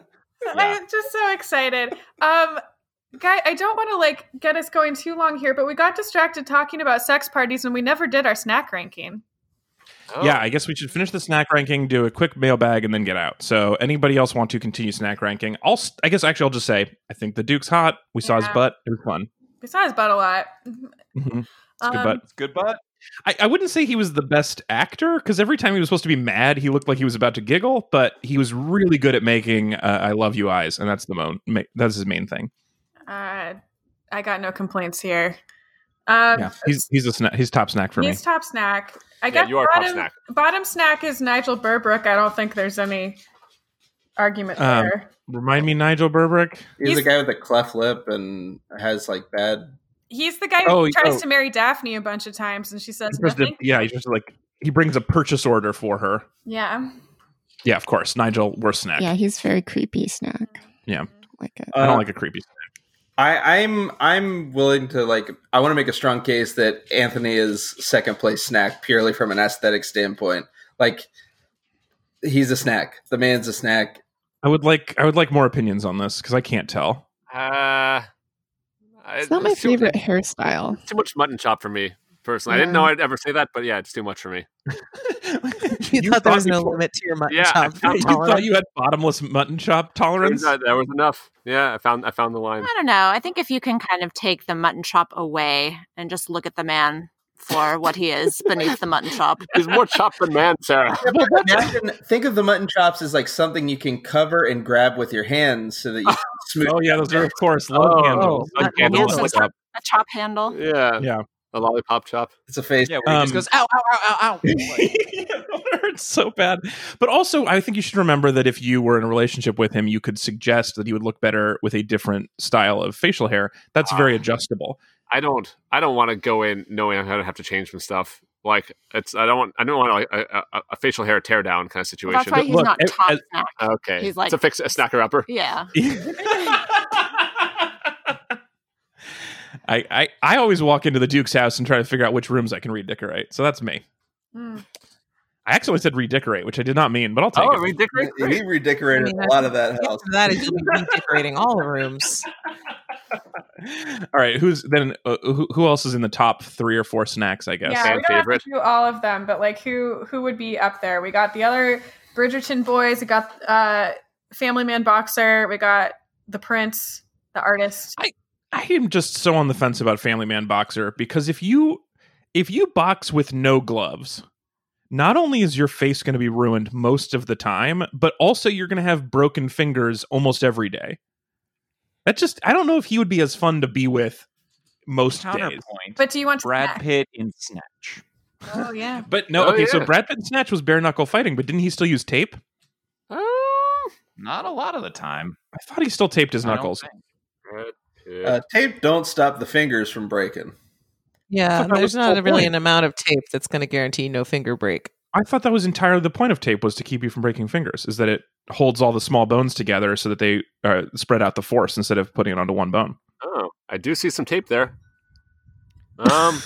Speaker 8: Yeah.
Speaker 6: I'm just so excited. Um guy, I don't want to like get us going too long here, but we got distracted talking about sex parties and we never did our snack ranking.
Speaker 1: Yeah, I guess we should finish the snack ranking, do a quick mailbag, and then get out. So, anybody else want to continue snack ranking? I'll, s- I guess actually, I'll just say I think the Duke's hot. We saw his
Speaker 6: Yeah.
Speaker 1: butt. It was fun.
Speaker 6: We saw his butt a lot.
Speaker 1: Mhm. It's a good
Speaker 6: Um,
Speaker 1: butt.
Speaker 8: it's good, but
Speaker 1: I, I wouldn't say he was the best actor because every time he was supposed to be mad, he looked like he was about to giggle. But he was really good at making uh, "I love you" eyes, and that's the mo- ma- that's his main thing.
Speaker 6: Uh, I got no complaints here. Um,
Speaker 1: yeah, he's he's a sna- he's top snack for me.
Speaker 6: he's top snack. I
Speaker 3: Yeah,
Speaker 6: got
Speaker 3: you are top
Speaker 6: bottom,
Speaker 3: snack.
Speaker 6: Bottom snack is Nigel Burbrook. I don't think there's any argument
Speaker 1: Um,
Speaker 6: there.
Speaker 1: Remind me, Nigel Burbrick.
Speaker 7: He's the
Speaker 6: He's-
Speaker 7: guy with the cleft lip and has like bad.
Speaker 6: He's the guy who
Speaker 1: oh,
Speaker 6: tries
Speaker 1: oh.
Speaker 6: to marry Daphne a bunch of times, and she says
Speaker 1: Just a-
Speaker 6: nothing.
Speaker 1: yeah, he's just like he brings a purchase order for her.
Speaker 6: Yeah.
Speaker 1: Yeah, of course. Nigel, worst snack.
Speaker 2: Yeah, he's very creepy snack.
Speaker 1: Yeah.
Speaker 2: Like it.
Speaker 1: I
Speaker 7: Uh,
Speaker 1: don't like a creepy snack.
Speaker 7: I, I'm I'm willing to like I want to make a strong case that Anthony is second place snack purely from an aesthetic standpoint. Like he's a snack. The man's a snack.
Speaker 1: I would like I would like more opinions on this because I can't tell.
Speaker 3: Uh,
Speaker 1: Uh,
Speaker 3: I-
Speaker 2: It's not my
Speaker 3: too-
Speaker 2: favorite hairstyle.
Speaker 3: Too much mutton chop for me personally. I didn't know I'd ever say that, but yeah, it's too much for me.
Speaker 5: You, thought there was no
Speaker 1: before-
Speaker 5: limit to your mutton
Speaker 3: Yeah, I
Speaker 5: chop.
Speaker 3: found-
Speaker 1: You
Speaker 5: tolerance.
Speaker 1: thought you had bottomless mutton chop tolerance?
Speaker 3: That, that was enough. Yeah, I found I found the line.
Speaker 4: I don't know. I think if you can kind of take the mutton chop away and just look at the man for what he is beneath the mutton chop.
Speaker 3: He's more chop than man, Sarah.
Speaker 7: Imagine, think of the mutton chops as like something you can cover and grab with your hands so that you can smooth.
Speaker 1: Oh yeah, those are of course love
Speaker 3: Oh,
Speaker 1: handles.
Speaker 3: oh,
Speaker 1: Love
Speaker 4: yeah,
Speaker 1: handles.
Speaker 4: so
Speaker 1: Like,
Speaker 4: it's not- A chop handle.
Speaker 3: Yeah,
Speaker 1: Yeah.
Speaker 3: a lollipop chop.
Speaker 7: It's a face.
Speaker 8: Yeah, where he
Speaker 1: Um,
Speaker 8: just goes, ow, ow, ow, ow, ow. Like,
Speaker 1: it hurts so bad. But also, I think you should remember that if you were in a relationship with him, you could suggest that he would look better with a different style of facial hair. That's very
Speaker 3: Ah.
Speaker 1: adjustable.
Speaker 3: I don't I don't want to go in knowing I'm gonna have to change some stuff. Like it's I don't want I don't want like a, a, a facial hair tear down kind of
Speaker 4: Well, that's
Speaker 3: situation.
Speaker 4: why he's
Speaker 1: Look,
Speaker 4: not
Speaker 1: it-
Speaker 4: top
Speaker 1: as-
Speaker 4: snack.
Speaker 3: okay,
Speaker 4: he's like-
Speaker 3: it's a fix a snacker upper.
Speaker 4: Yeah.
Speaker 1: I, I I always walk into the Duke's house and try to figure out which rooms I can redecorate. So that's me.
Speaker 6: Mm.
Speaker 1: I actually said redecorate, which I did not mean, but I'll take
Speaker 3: Oh,
Speaker 1: it.
Speaker 3: ridiculous!
Speaker 7: He redecorated
Speaker 5: I mean,
Speaker 7: a lot of that
Speaker 5: The
Speaker 7: house.
Speaker 5: answer to that is you'll be redecorating all the rooms.
Speaker 1: all right, who's then? Uh, who, who else is in the top three or four snacks? I guess.
Speaker 6: Yeah,
Speaker 3: Fan
Speaker 6: we don't
Speaker 3: favorite.
Speaker 6: have to do all of them, but like who who would be up there? We got the other Bridgerton boys. We got uh, Family Man boxer. We got the Prince, the artist.
Speaker 1: I am just so on the fence about Family Man Boxer because if you if you box with no gloves, not only is your face going to be ruined most of the time, but also you're going to have broken fingers almost every day. That just I don't know if he would be as fun to be with most days.
Speaker 8: Counterpoint.
Speaker 6: But do you want to
Speaker 8: Brad
Speaker 6: snack?
Speaker 8: Pitt in Snatch.
Speaker 6: Oh yeah.
Speaker 1: But no,
Speaker 3: Oh,
Speaker 1: okay, so
Speaker 3: yeah.
Speaker 1: Brad Pitt and Snatch was bare knuckle fighting, but didn't he still use tape?
Speaker 8: Not a lot of the time.
Speaker 1: I thought he still taped his
Speaker 8: I don't
Speaker 1: knuckles.
Speaker 8: think.
Speaker 7: Uh, tape don't stop the fingers from breaking.
Speaker 5: Yeah,
Speaker 1: That was
Speaker 5: there's
Speaker 1: the
Speaker 5: not
Speaker 1: whole
Speaker 5: really
Speaker 1: point.
Speaker 5: an amount of tape that's going to guarantee no finger break.
Speaker 1: I thought that was entirely the point of tape was to keep you from breaking fingers, is that it holds all the small bones together so that they uh, spread out the force instead of putting it onto one bone.
Speaker 3: oh, I do see some tape there. Um,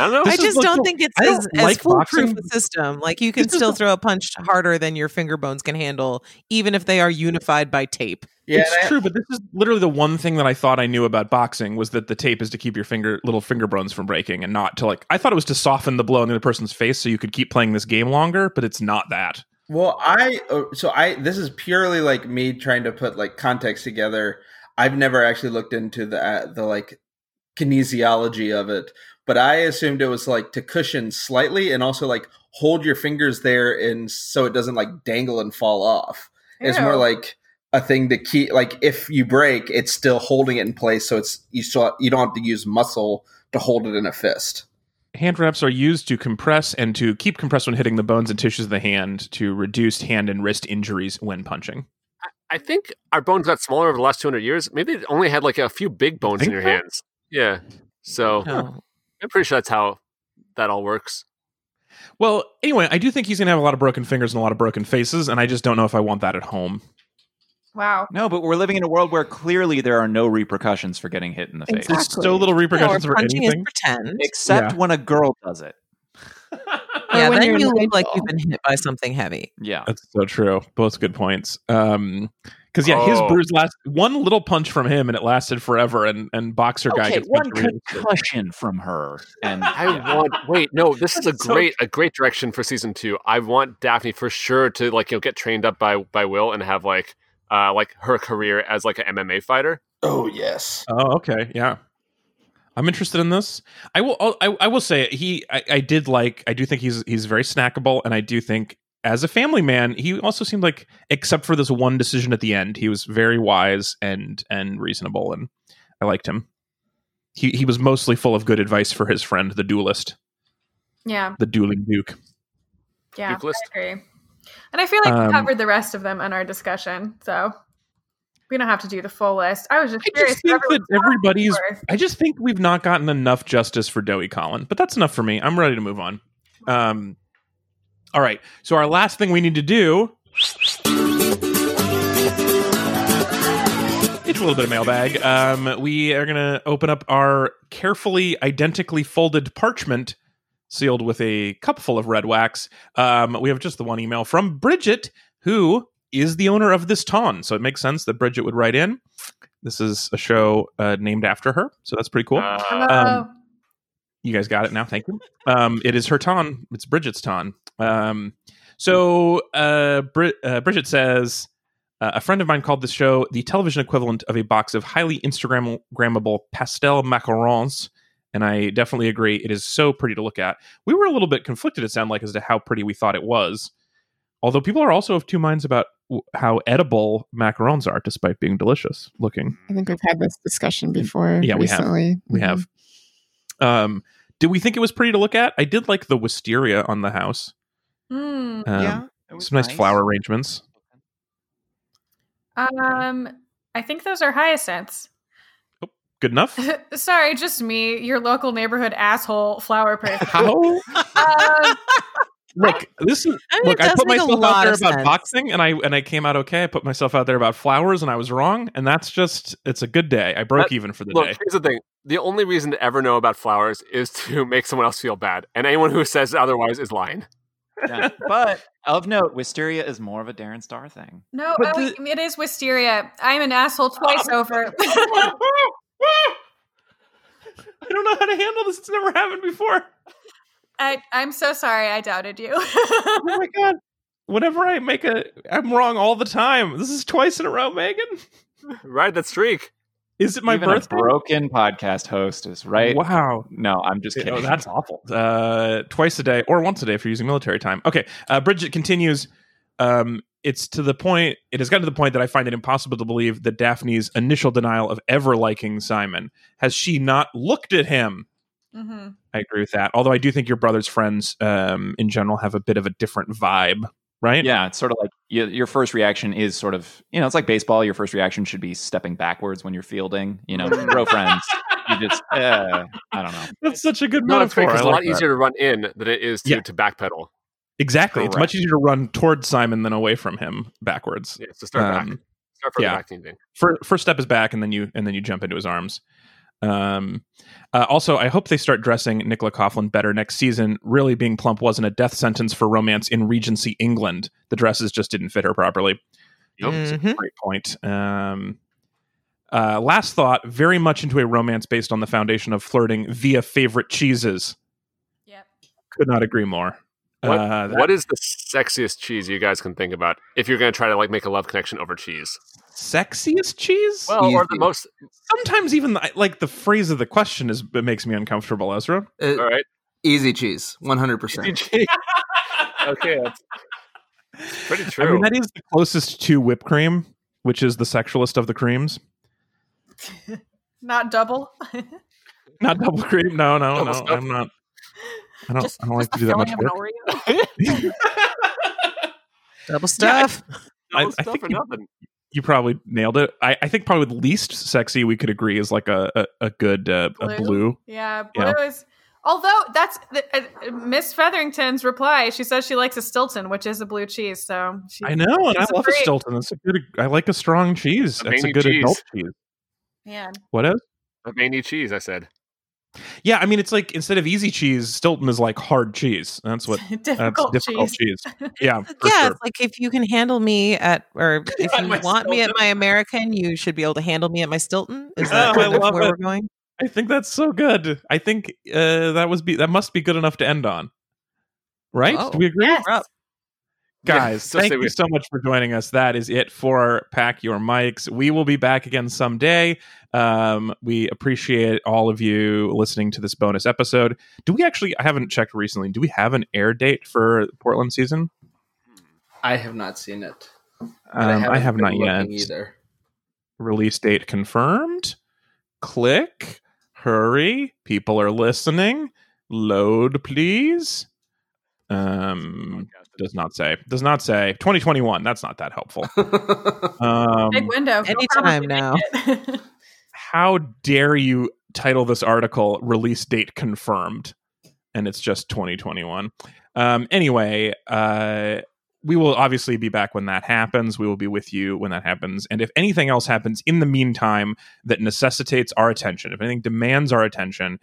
Speaker 3: I don't know.
Speaker 5: I
Speaker 1: This is
Speaker 5: just
Speaker 1: like
Speaker 5: don't
Speaker 1: the-
Speaker 5: think it's
Speaker 1: I don't
Speaker 5: as,
Speaker 1: like
Speaker 5: as foolproof
Speaker 1: boxing.
Speaker 5: a system. Like you can
Speaker 1: This is
Speaker 5: still
Speaker 1: the-
Speaker 5: throw a punch harder than your finger bones can handle, even if they are unified by tape.
Speaker 7: Yeah,
Speaker 1: it's
Speaker 7: and I-
Speaker 1: true, but this is literally the one thing that I thought I knew about boxing was that the tape is to keep your finger little finger bones from breaking and not to like I thought it was to soften the blow in the other person's face so you could keep playing this game longer, but it's not that.
Speaker 7: Well, I uh, so I this is purely like me trying to put like context together. I've never actually looked into the uh, the like kinesiology of it, but I assumed it was like to cushion slightly and also like hold your fingers there and so it doesn't like dangle and fall off. It's more
Speaker 6: Ew.
Speaker 7: like a thing to keep like if you break, it's still holding it in place, so it's you still you don't have to use muscle to hold it in a fist.
Speaker 1: Hand wraps are used to compress and to keep compressed when hitting the bones and tissues of the hand to reduce hand and wrist injuries when punching.
Speaker 3: I think our bones got smaller over the last 200 years. Maybe it only had like a few big bones in
Speaker 1: think
Speaker 3: your
Speaker 1: so?
Speaker 3: hands. Yeah. So
Speaker 5: No.
Speaker 3: I'm pretty sure that's how that all works.
Speaker 1: Well, anyway, I do think he's going to have a lot of broken fingers and a lot of broken faces, and I just don't know if I want that at home.
Speaker 6: Wow.
Speaker 8: No, but we're living in a world where clearly there are no repercussions for getting hit in the face.
Speaker 2: Exactly.
Speaker 1: There's so little
Speaker 5: Or
Speaker 1: repercussions for
Speaker 5: punching is
Speaker 1: anything.
Speaker 5: pretend.
Speaker 8: Except
Speaker 1: Yeah.
Speaker 8: when a girl does it.
Speaker 5: yeah,
Speaker 2: when
Speaker 5: then
Speaker 2: you're
Speaker 5: you look like
Speaker 2: Nigel.
Speaker 5: you've been hit by something heavy.
Speaker 8: Yeah.
Speaker 1: That's so true. Both good points. Um, because yeah, his
Speaker 3: Oh.
Speaker 1: bruise last one little punch from him, and it lasted forever. And and boxer guy
Speaker 8: Okay,
Speaker 1: gets
Speaker 8: one
Speaker 1: punched really-
Speaker 8: concussion from her. And
Speaker 3: I want wait, no, this is a
Speaker 1: So-
Speaker 3: great a great direction for season 2. I want Daphne for sure to like you know get trained up by by Will and have like uh like her career as like an MMA fighter.
Speaker 7: Oh yes.
Speaker 1: Oh, okay, yeah. I'm interested in this. I will. I'll- I, I will say he. I, I did like. I do think he's he's very snackable, and I do think as a family man, he also seemed like, except for this one decision at the end, he was very wise and and reasonable, and I liked him. He he was mostly full of good advice for his friend, the duelist,
Speaker 6: Yeah.
Speaker 1: the dueling duke.
Speaker 6: Yeah.
Speaker 3: Duke list.
Speaker 6: I agree. And I feel like
Speaker 1: Um,
Speaker 6: we covered the rest of them in our discussion, so we don't have to do the full list. I was just
Speaker 1: I
Speaker 6: curious.
Speaker 1: just think
Speaker 6: what
Speaker 1: that
Speaker 6: everyone's
Speaker 1: everybody's.
Speaker 6: thoughts
Speaker 1: I just think we've not gotten enough justice for Doey Collin, but that's enough for me. I'm ready to move on. Um, All right. So our last thing we need to do. It's a little bit of mailbag. Um, we are going to open up our carefully, identically folded parchment sealed with a cupful of red wax. Um, we have just the one email from Bridget, who is the owner of this ton. So it makes sense that Bridget would write in. This is a show uh, named after her. So that's pretty cool.
Speaker 3: Uh,
Speaker 6: Hello.
Speaker 1: You guys got it now. Thank you. Um, it is her ton. It's Bridget's ton. Um, so uh, Bri- uh, Bridget says uh, a friend of mine called the show the television equivalent of a box of highly Instagrammable pastel macarons, and I definitely agree. It is so pretty to look at. We were a little bit conflicted. It sounded like as to how pretty we thought it was. Although people are also of two minds about w- how edible macarons are, despite being delicious looking.
Speaker 2: I think we've had this discussion before
Speaker 1: Mm, Yeah, we have.
Speaker 2: recently.
Speaker 1: We have.
Speaker 5: Mm-hmm.
Speaker 1: Um, did we think it was pretty to look at? I did like the wisteria on the house.
Speaker 6: Hmm.
Speaker 1: Um,
Speaker 5: yeah. it was
Speaker 1: some nice, flower arrangements.
Speaker 6: Um, I think those are hyacinths.
Speaker 1: Good enough.
Speaker 6: Sorry, just me, your local neighborhood asshole flower person.
Speaker 1: How?
Speaker 6: um,
Speaker 1: Look, this is
Speaker 5: I mean,
Speaker 1: look.
Speaker 5: it
Speaker 1: I
Speaker 5: does
Speaker 1: put
Speaker 5: make a
Speaker 1: myself out
Speaker 5: lot
Speaker 1: there
Speaker 5: of
Speaker 1: about
Speaker 5: sense.
Speaker 1: boxing, and I and I came out okay. I put myself out there about flowers, and I was wrong. And that's just it's a good day. I broke
Speaker 3: That-
Speaker 1: even for the
Speaker 3: Look,
Speaker 1: day.
Speaker 3: here's the thing. The only reason to ever know about flowers is to make someone else feel bad. And anyone who says otherwise is lying.
Speaker 8: Yeah. But of note, Wisteria is more of a Darren Star thing.
Speaker 6: no,
Speaker 1: But
Speaker 6: oh, it is wisteria. I'm an asshole twice over.
Speaker 1: I don't know how to handle this. It's never happened before.
Speaker 6: I, I'm so sorry. I doubted you.
Speaker 1: Oh my god! Whenever I make a, I'm wrong all the time. This is twice in a row, Megan.
Speaker 3: Ride that streak.
Speaker 1: Is it my
Speaker 8: Even
Speaker 1: birthday?
Speaker 8: A broken podcast host is right.
Speaker 1: Wow.
Speaker 8: No, I'm just kidding.
Speaker 1: Oh, that's awful. Uh, twice a day or once a day if you're using military time. Okay. Uh, Bridget continues. Um, it's to the point. It has gotten to the point that I find it impossible to believe that Daphne's initial denial of ever liking Simon has she not looked at him.
Speaker 6: Mhm.
Speaker 1: I agree with that. Although I do think your brother's friends, um, in general, have a bit of a different vibe, right?
Speaker 8: yeah, it's sort of like your, your first reaction is sort of you know it's like baseball. Your first reaction should be stepping backwards when you're fielding. You know, bro friends. You just uh, I don't know.
Speaker 1: that's such a good
Speaker 3: No, it's
Speaker 1: metaphor.
Speaker 3: because
Speaker 1: I
Speaker 3: it's a lot
Speaker 1: like that.
Speaker 3: easier to run in than it is to,
Speaker 1: Yeah.
Speaker 3: to backpedal.
Speaker 1: Exactly. It's much
Speaker 8: Correct.
Speaker 1: easier to run towards Simon than away from him backwards.
Speaker 3: Yeah, so start back.
Speaker 1: Um,
Speaker 3: Start further
Speaker 1: yeah.
Speaker 3: back than you think.
Speaker 1: first, first step is back and then you and then you jump into his arms um uh, also i hope they start dressing nicola coughlin better next season really being plump wasn't a death sentence for romance in regency england the dresses just didn't fit her properly
Speaker 3: Nope.
Speaker 5: Mhm.
Speaker 1: great point um uh, last thought very much into a romance based on the foundation of flirting via favorite cheeses
Speaker 6: Yep.
Speaker 1: could not agree more
Speaker 3: What-
Speaker 1: uh, that
Speaker 3: what is the sexiest cheese you guys can think about if you're going to try to like make a love connection over cheese?
Speaker 1: sexiest cheese
Speaker 3: Well, or the
Speaker 5: Easy.
Speaker 3: most.
Speaker 1: sometimes even the, like the phrase of the question is it makes me uncomfortable ezra
Speaker 7: Uh,
Speaker 3: All right.
Speaker 7: Easy cheese, one hundred
Speaker 3: Easy
Speaker 7: percent.
Speaker 3: cheese. okay, that's pretty true.
Speaker 1: I mean, that is the closest to whipped cream, which is the sexualist of the creams.
Speaker 6: Not double.
Speaker 1: Not double cream. No, no, no.
Speaker 3: Double stuff.
Speaker 1: I'm not. I don't.
Speaker 4: Just-
Speaker 1: I don't like
Speaker 4: just
Speaker 1: to do
Speaker 4: the
Speaker 1: that much
Speaker 4: filling
Speaker 1: work.
Speaker 4: of an Oreo.
Speaker 5: Double stuff.
Speaker 1: I-
Speaker 3: Double
Speaker 1: I
Speaker 3: stuff
Speaker 1: think
Speaker 3: or
Speaker 1: you-
Speaker 3: nothing.
Speaker 1: You probably nailed it. I, I think probably the least sexy we could agree is like a a, a good uh,
Speaker 6: Blue?
Speaker 1: a blue.
Speaker 6: Yeah, blue
Speaker 1: Yeah.
Speaker 6: is. Although that's the- uh, Miss Featherington's reply. She says she likes a Stilton, which is a blue cheese. So she,
Speaker 1: I know, and I
Speaker 6: It's a
Speaker 1: love a
Speaker 6: freak.
Speaker 1: Stilton. That's a good. I like a strong cheese.
Speaker 3: A
Speaker 1: That's a
Speaker 3: veiny
Speaker 1: good
Speaker 3: cheese.
Speaker 1: adult cheese.
Speaker 4: Man.
Speaker 1: What else?
Speaker 3: A veiny cheese, I said.
Speaker 1: Yeah, I mean, it's like instead of easy cheese, Stilton is like hard cheese. That's what. That's
Speaker 6: difficult,
Speaker 1: difficult
Speaker 6: cheese.
Speaker 1: cheese. Yeah, for
Speaker 5: yeah,
Speaker 1: sure.
Speaker 5: it's like if you can handle me at, or if
Speaker 1: At
Speaker 5: you
Speaker 1: my
Speaker 5: want me at
Speaker 1: Stilton.
Speaker 5: my American, you should be able to handle me at my Stilton. Is
Speaker 1: Oh,
Speaker 5: that
Speaker 1: I
Speaker 5: kind of
Speaker 1: love
Speaker 5: where
Speaker 1: it.
Speaker 5: we're going?
Speaker 1: I think that's so good. I think uh, that was be that must be good enough to end on. Right?
Speaker 5: Oh.
Speaker 1: Do we agree?
Speaker 5: We're up.
Speaker 1: Guys,
Speaker 3: Yeah, so
Speaker 1: thank
Speaker 3: say
Speaker 1: you
Speaker 3: we-
Speaker 1: so much for joining us. That is it for Pack Your Mics. We will be back again someday. Um, we appreciate all of you listening to this bonus episode. Do we actually, I haven't checked recently, do we have an air date for Portland season?
Speaker 7: I have not seen it. but
Speaker 1: Um, I,
Speaker 7: haven't
Speaker 1: have
Speaker 7: been
Speaker 1: not yet.
Speaker 7: looking either.
Speaker 1: Release date confirmed. Click. Hurry. People are listening. Load, please. Um, does not say. Does not say. 2021. That's not that helpful. Um,
Speaker 6: Big window. You'll
Speaker 5: Anytime
Speaker 6: probably
Speaker 5: now.
Speaker 6: make it.
Speaker 1: how dare you title this article release date confirmed and it's just 2021 Um, anyway, uh, we will obviously be back when that happens. We will be with you when that happens. And if anything else happens in the meantime that necessitates our attention, if anything demands our attention,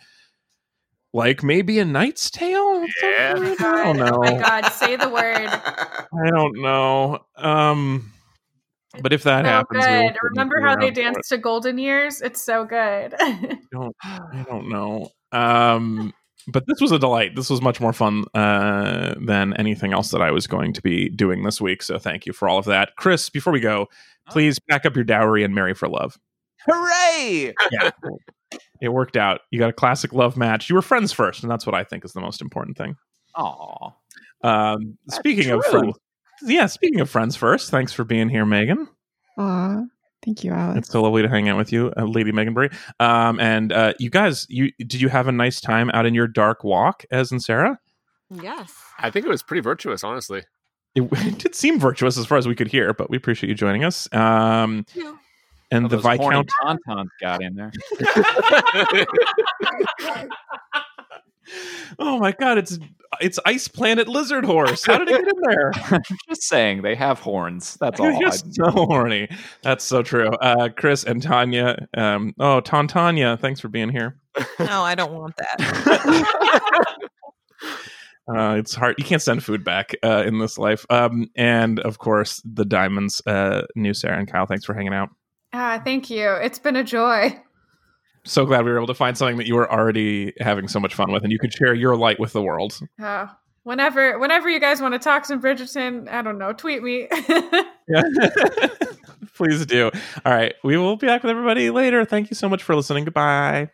Speaker 1: like maybe a Knight's Tale?
Speaker 3: Yeah.
Speaker 1: Something? I don't know.
Speaker 6: Oh my god, say the word.
Speaker 1: I don't know. Um, but if that
Speaker 6: so
Speaker 1: happens, we will
Speaker 6: good.
Speaker 1: certainly
Speaker 6: Remember
Speaker 1: be
Speaker 6: how they
Speaker 1: around for it.
Speaker 6: danced to Golden Years? It's so good.
Speaker 1: don't I don't know. Um but this was a delight. This was much more fun uh, than anything else that I was going to be doing this week. So thank you for all of that. Chris, before we go,
Speaker 8: Oh.
Speaker 1: please pack up your dowry and marry for love.
Speaker 5: Hooray!
Speaker 1: Yeah. it worked out. You got a classic love match. You were friends first, and that's what I think is the most important thing.
Speaker 8: Aw.
Speaker 1: Um, speaking of
Speaker 8: true.
Speaker 1: friends. Yeah, speaking of friends first, thanks for being here, Megan.
Speaker 2: Mm-hmm. Aw, thank you, Alex.
Speaker 1: It's so lovely to hang out with you, uh, Lady Megan Bray. Um, and uh, you guys, you did you have a nice time out in your dark walk, as and Sarah?
Speaker 4: Yes.
Speaker 3: I think it was pretty virtuous, honestly.
Speaker 1: It, it did seem virtuous as far as we could hear, but we appreciate you joining us. Um,
Speaker 4: Yeah.
Speaker 1: and
Speaker 8: All
Speaker 1: the
Speaker 8: those Oh, horny
Speaker 1: Viscount,
Speaker 8: tauntauns got in there.
Speaker 1: oh my god, it's it's Ice Planet Lizard Horse. How did it get in there?
Speaker 8: Just saying, they have horns. That's all.
Speaker 1: You're just so horny. That's so true. Uh, Chris and Tanya. Um, oh, Tantanya, thanks for being here.
Speaker 5: No, I don't want that.
Speaker 1: Uh, it's hard. You can't send food back uh, in this life. Um, and of course, the diamonds. Uh, new Sarah and Kyle, thanks for hanging out.
Speaker 6: ah, thank you. It's been a joy.
Speaker 1: So glad we were able to find something that you were already having so much fun with, and you could share your light with the world.
Speaker 6: Uh, whenever whenever you guys want to talk some Bridgerton, I don't know, tweet me.
Speaker 1: Yeah. Please do. All right. We will be back with everybody later. Thank you so much for listening. Goodbye.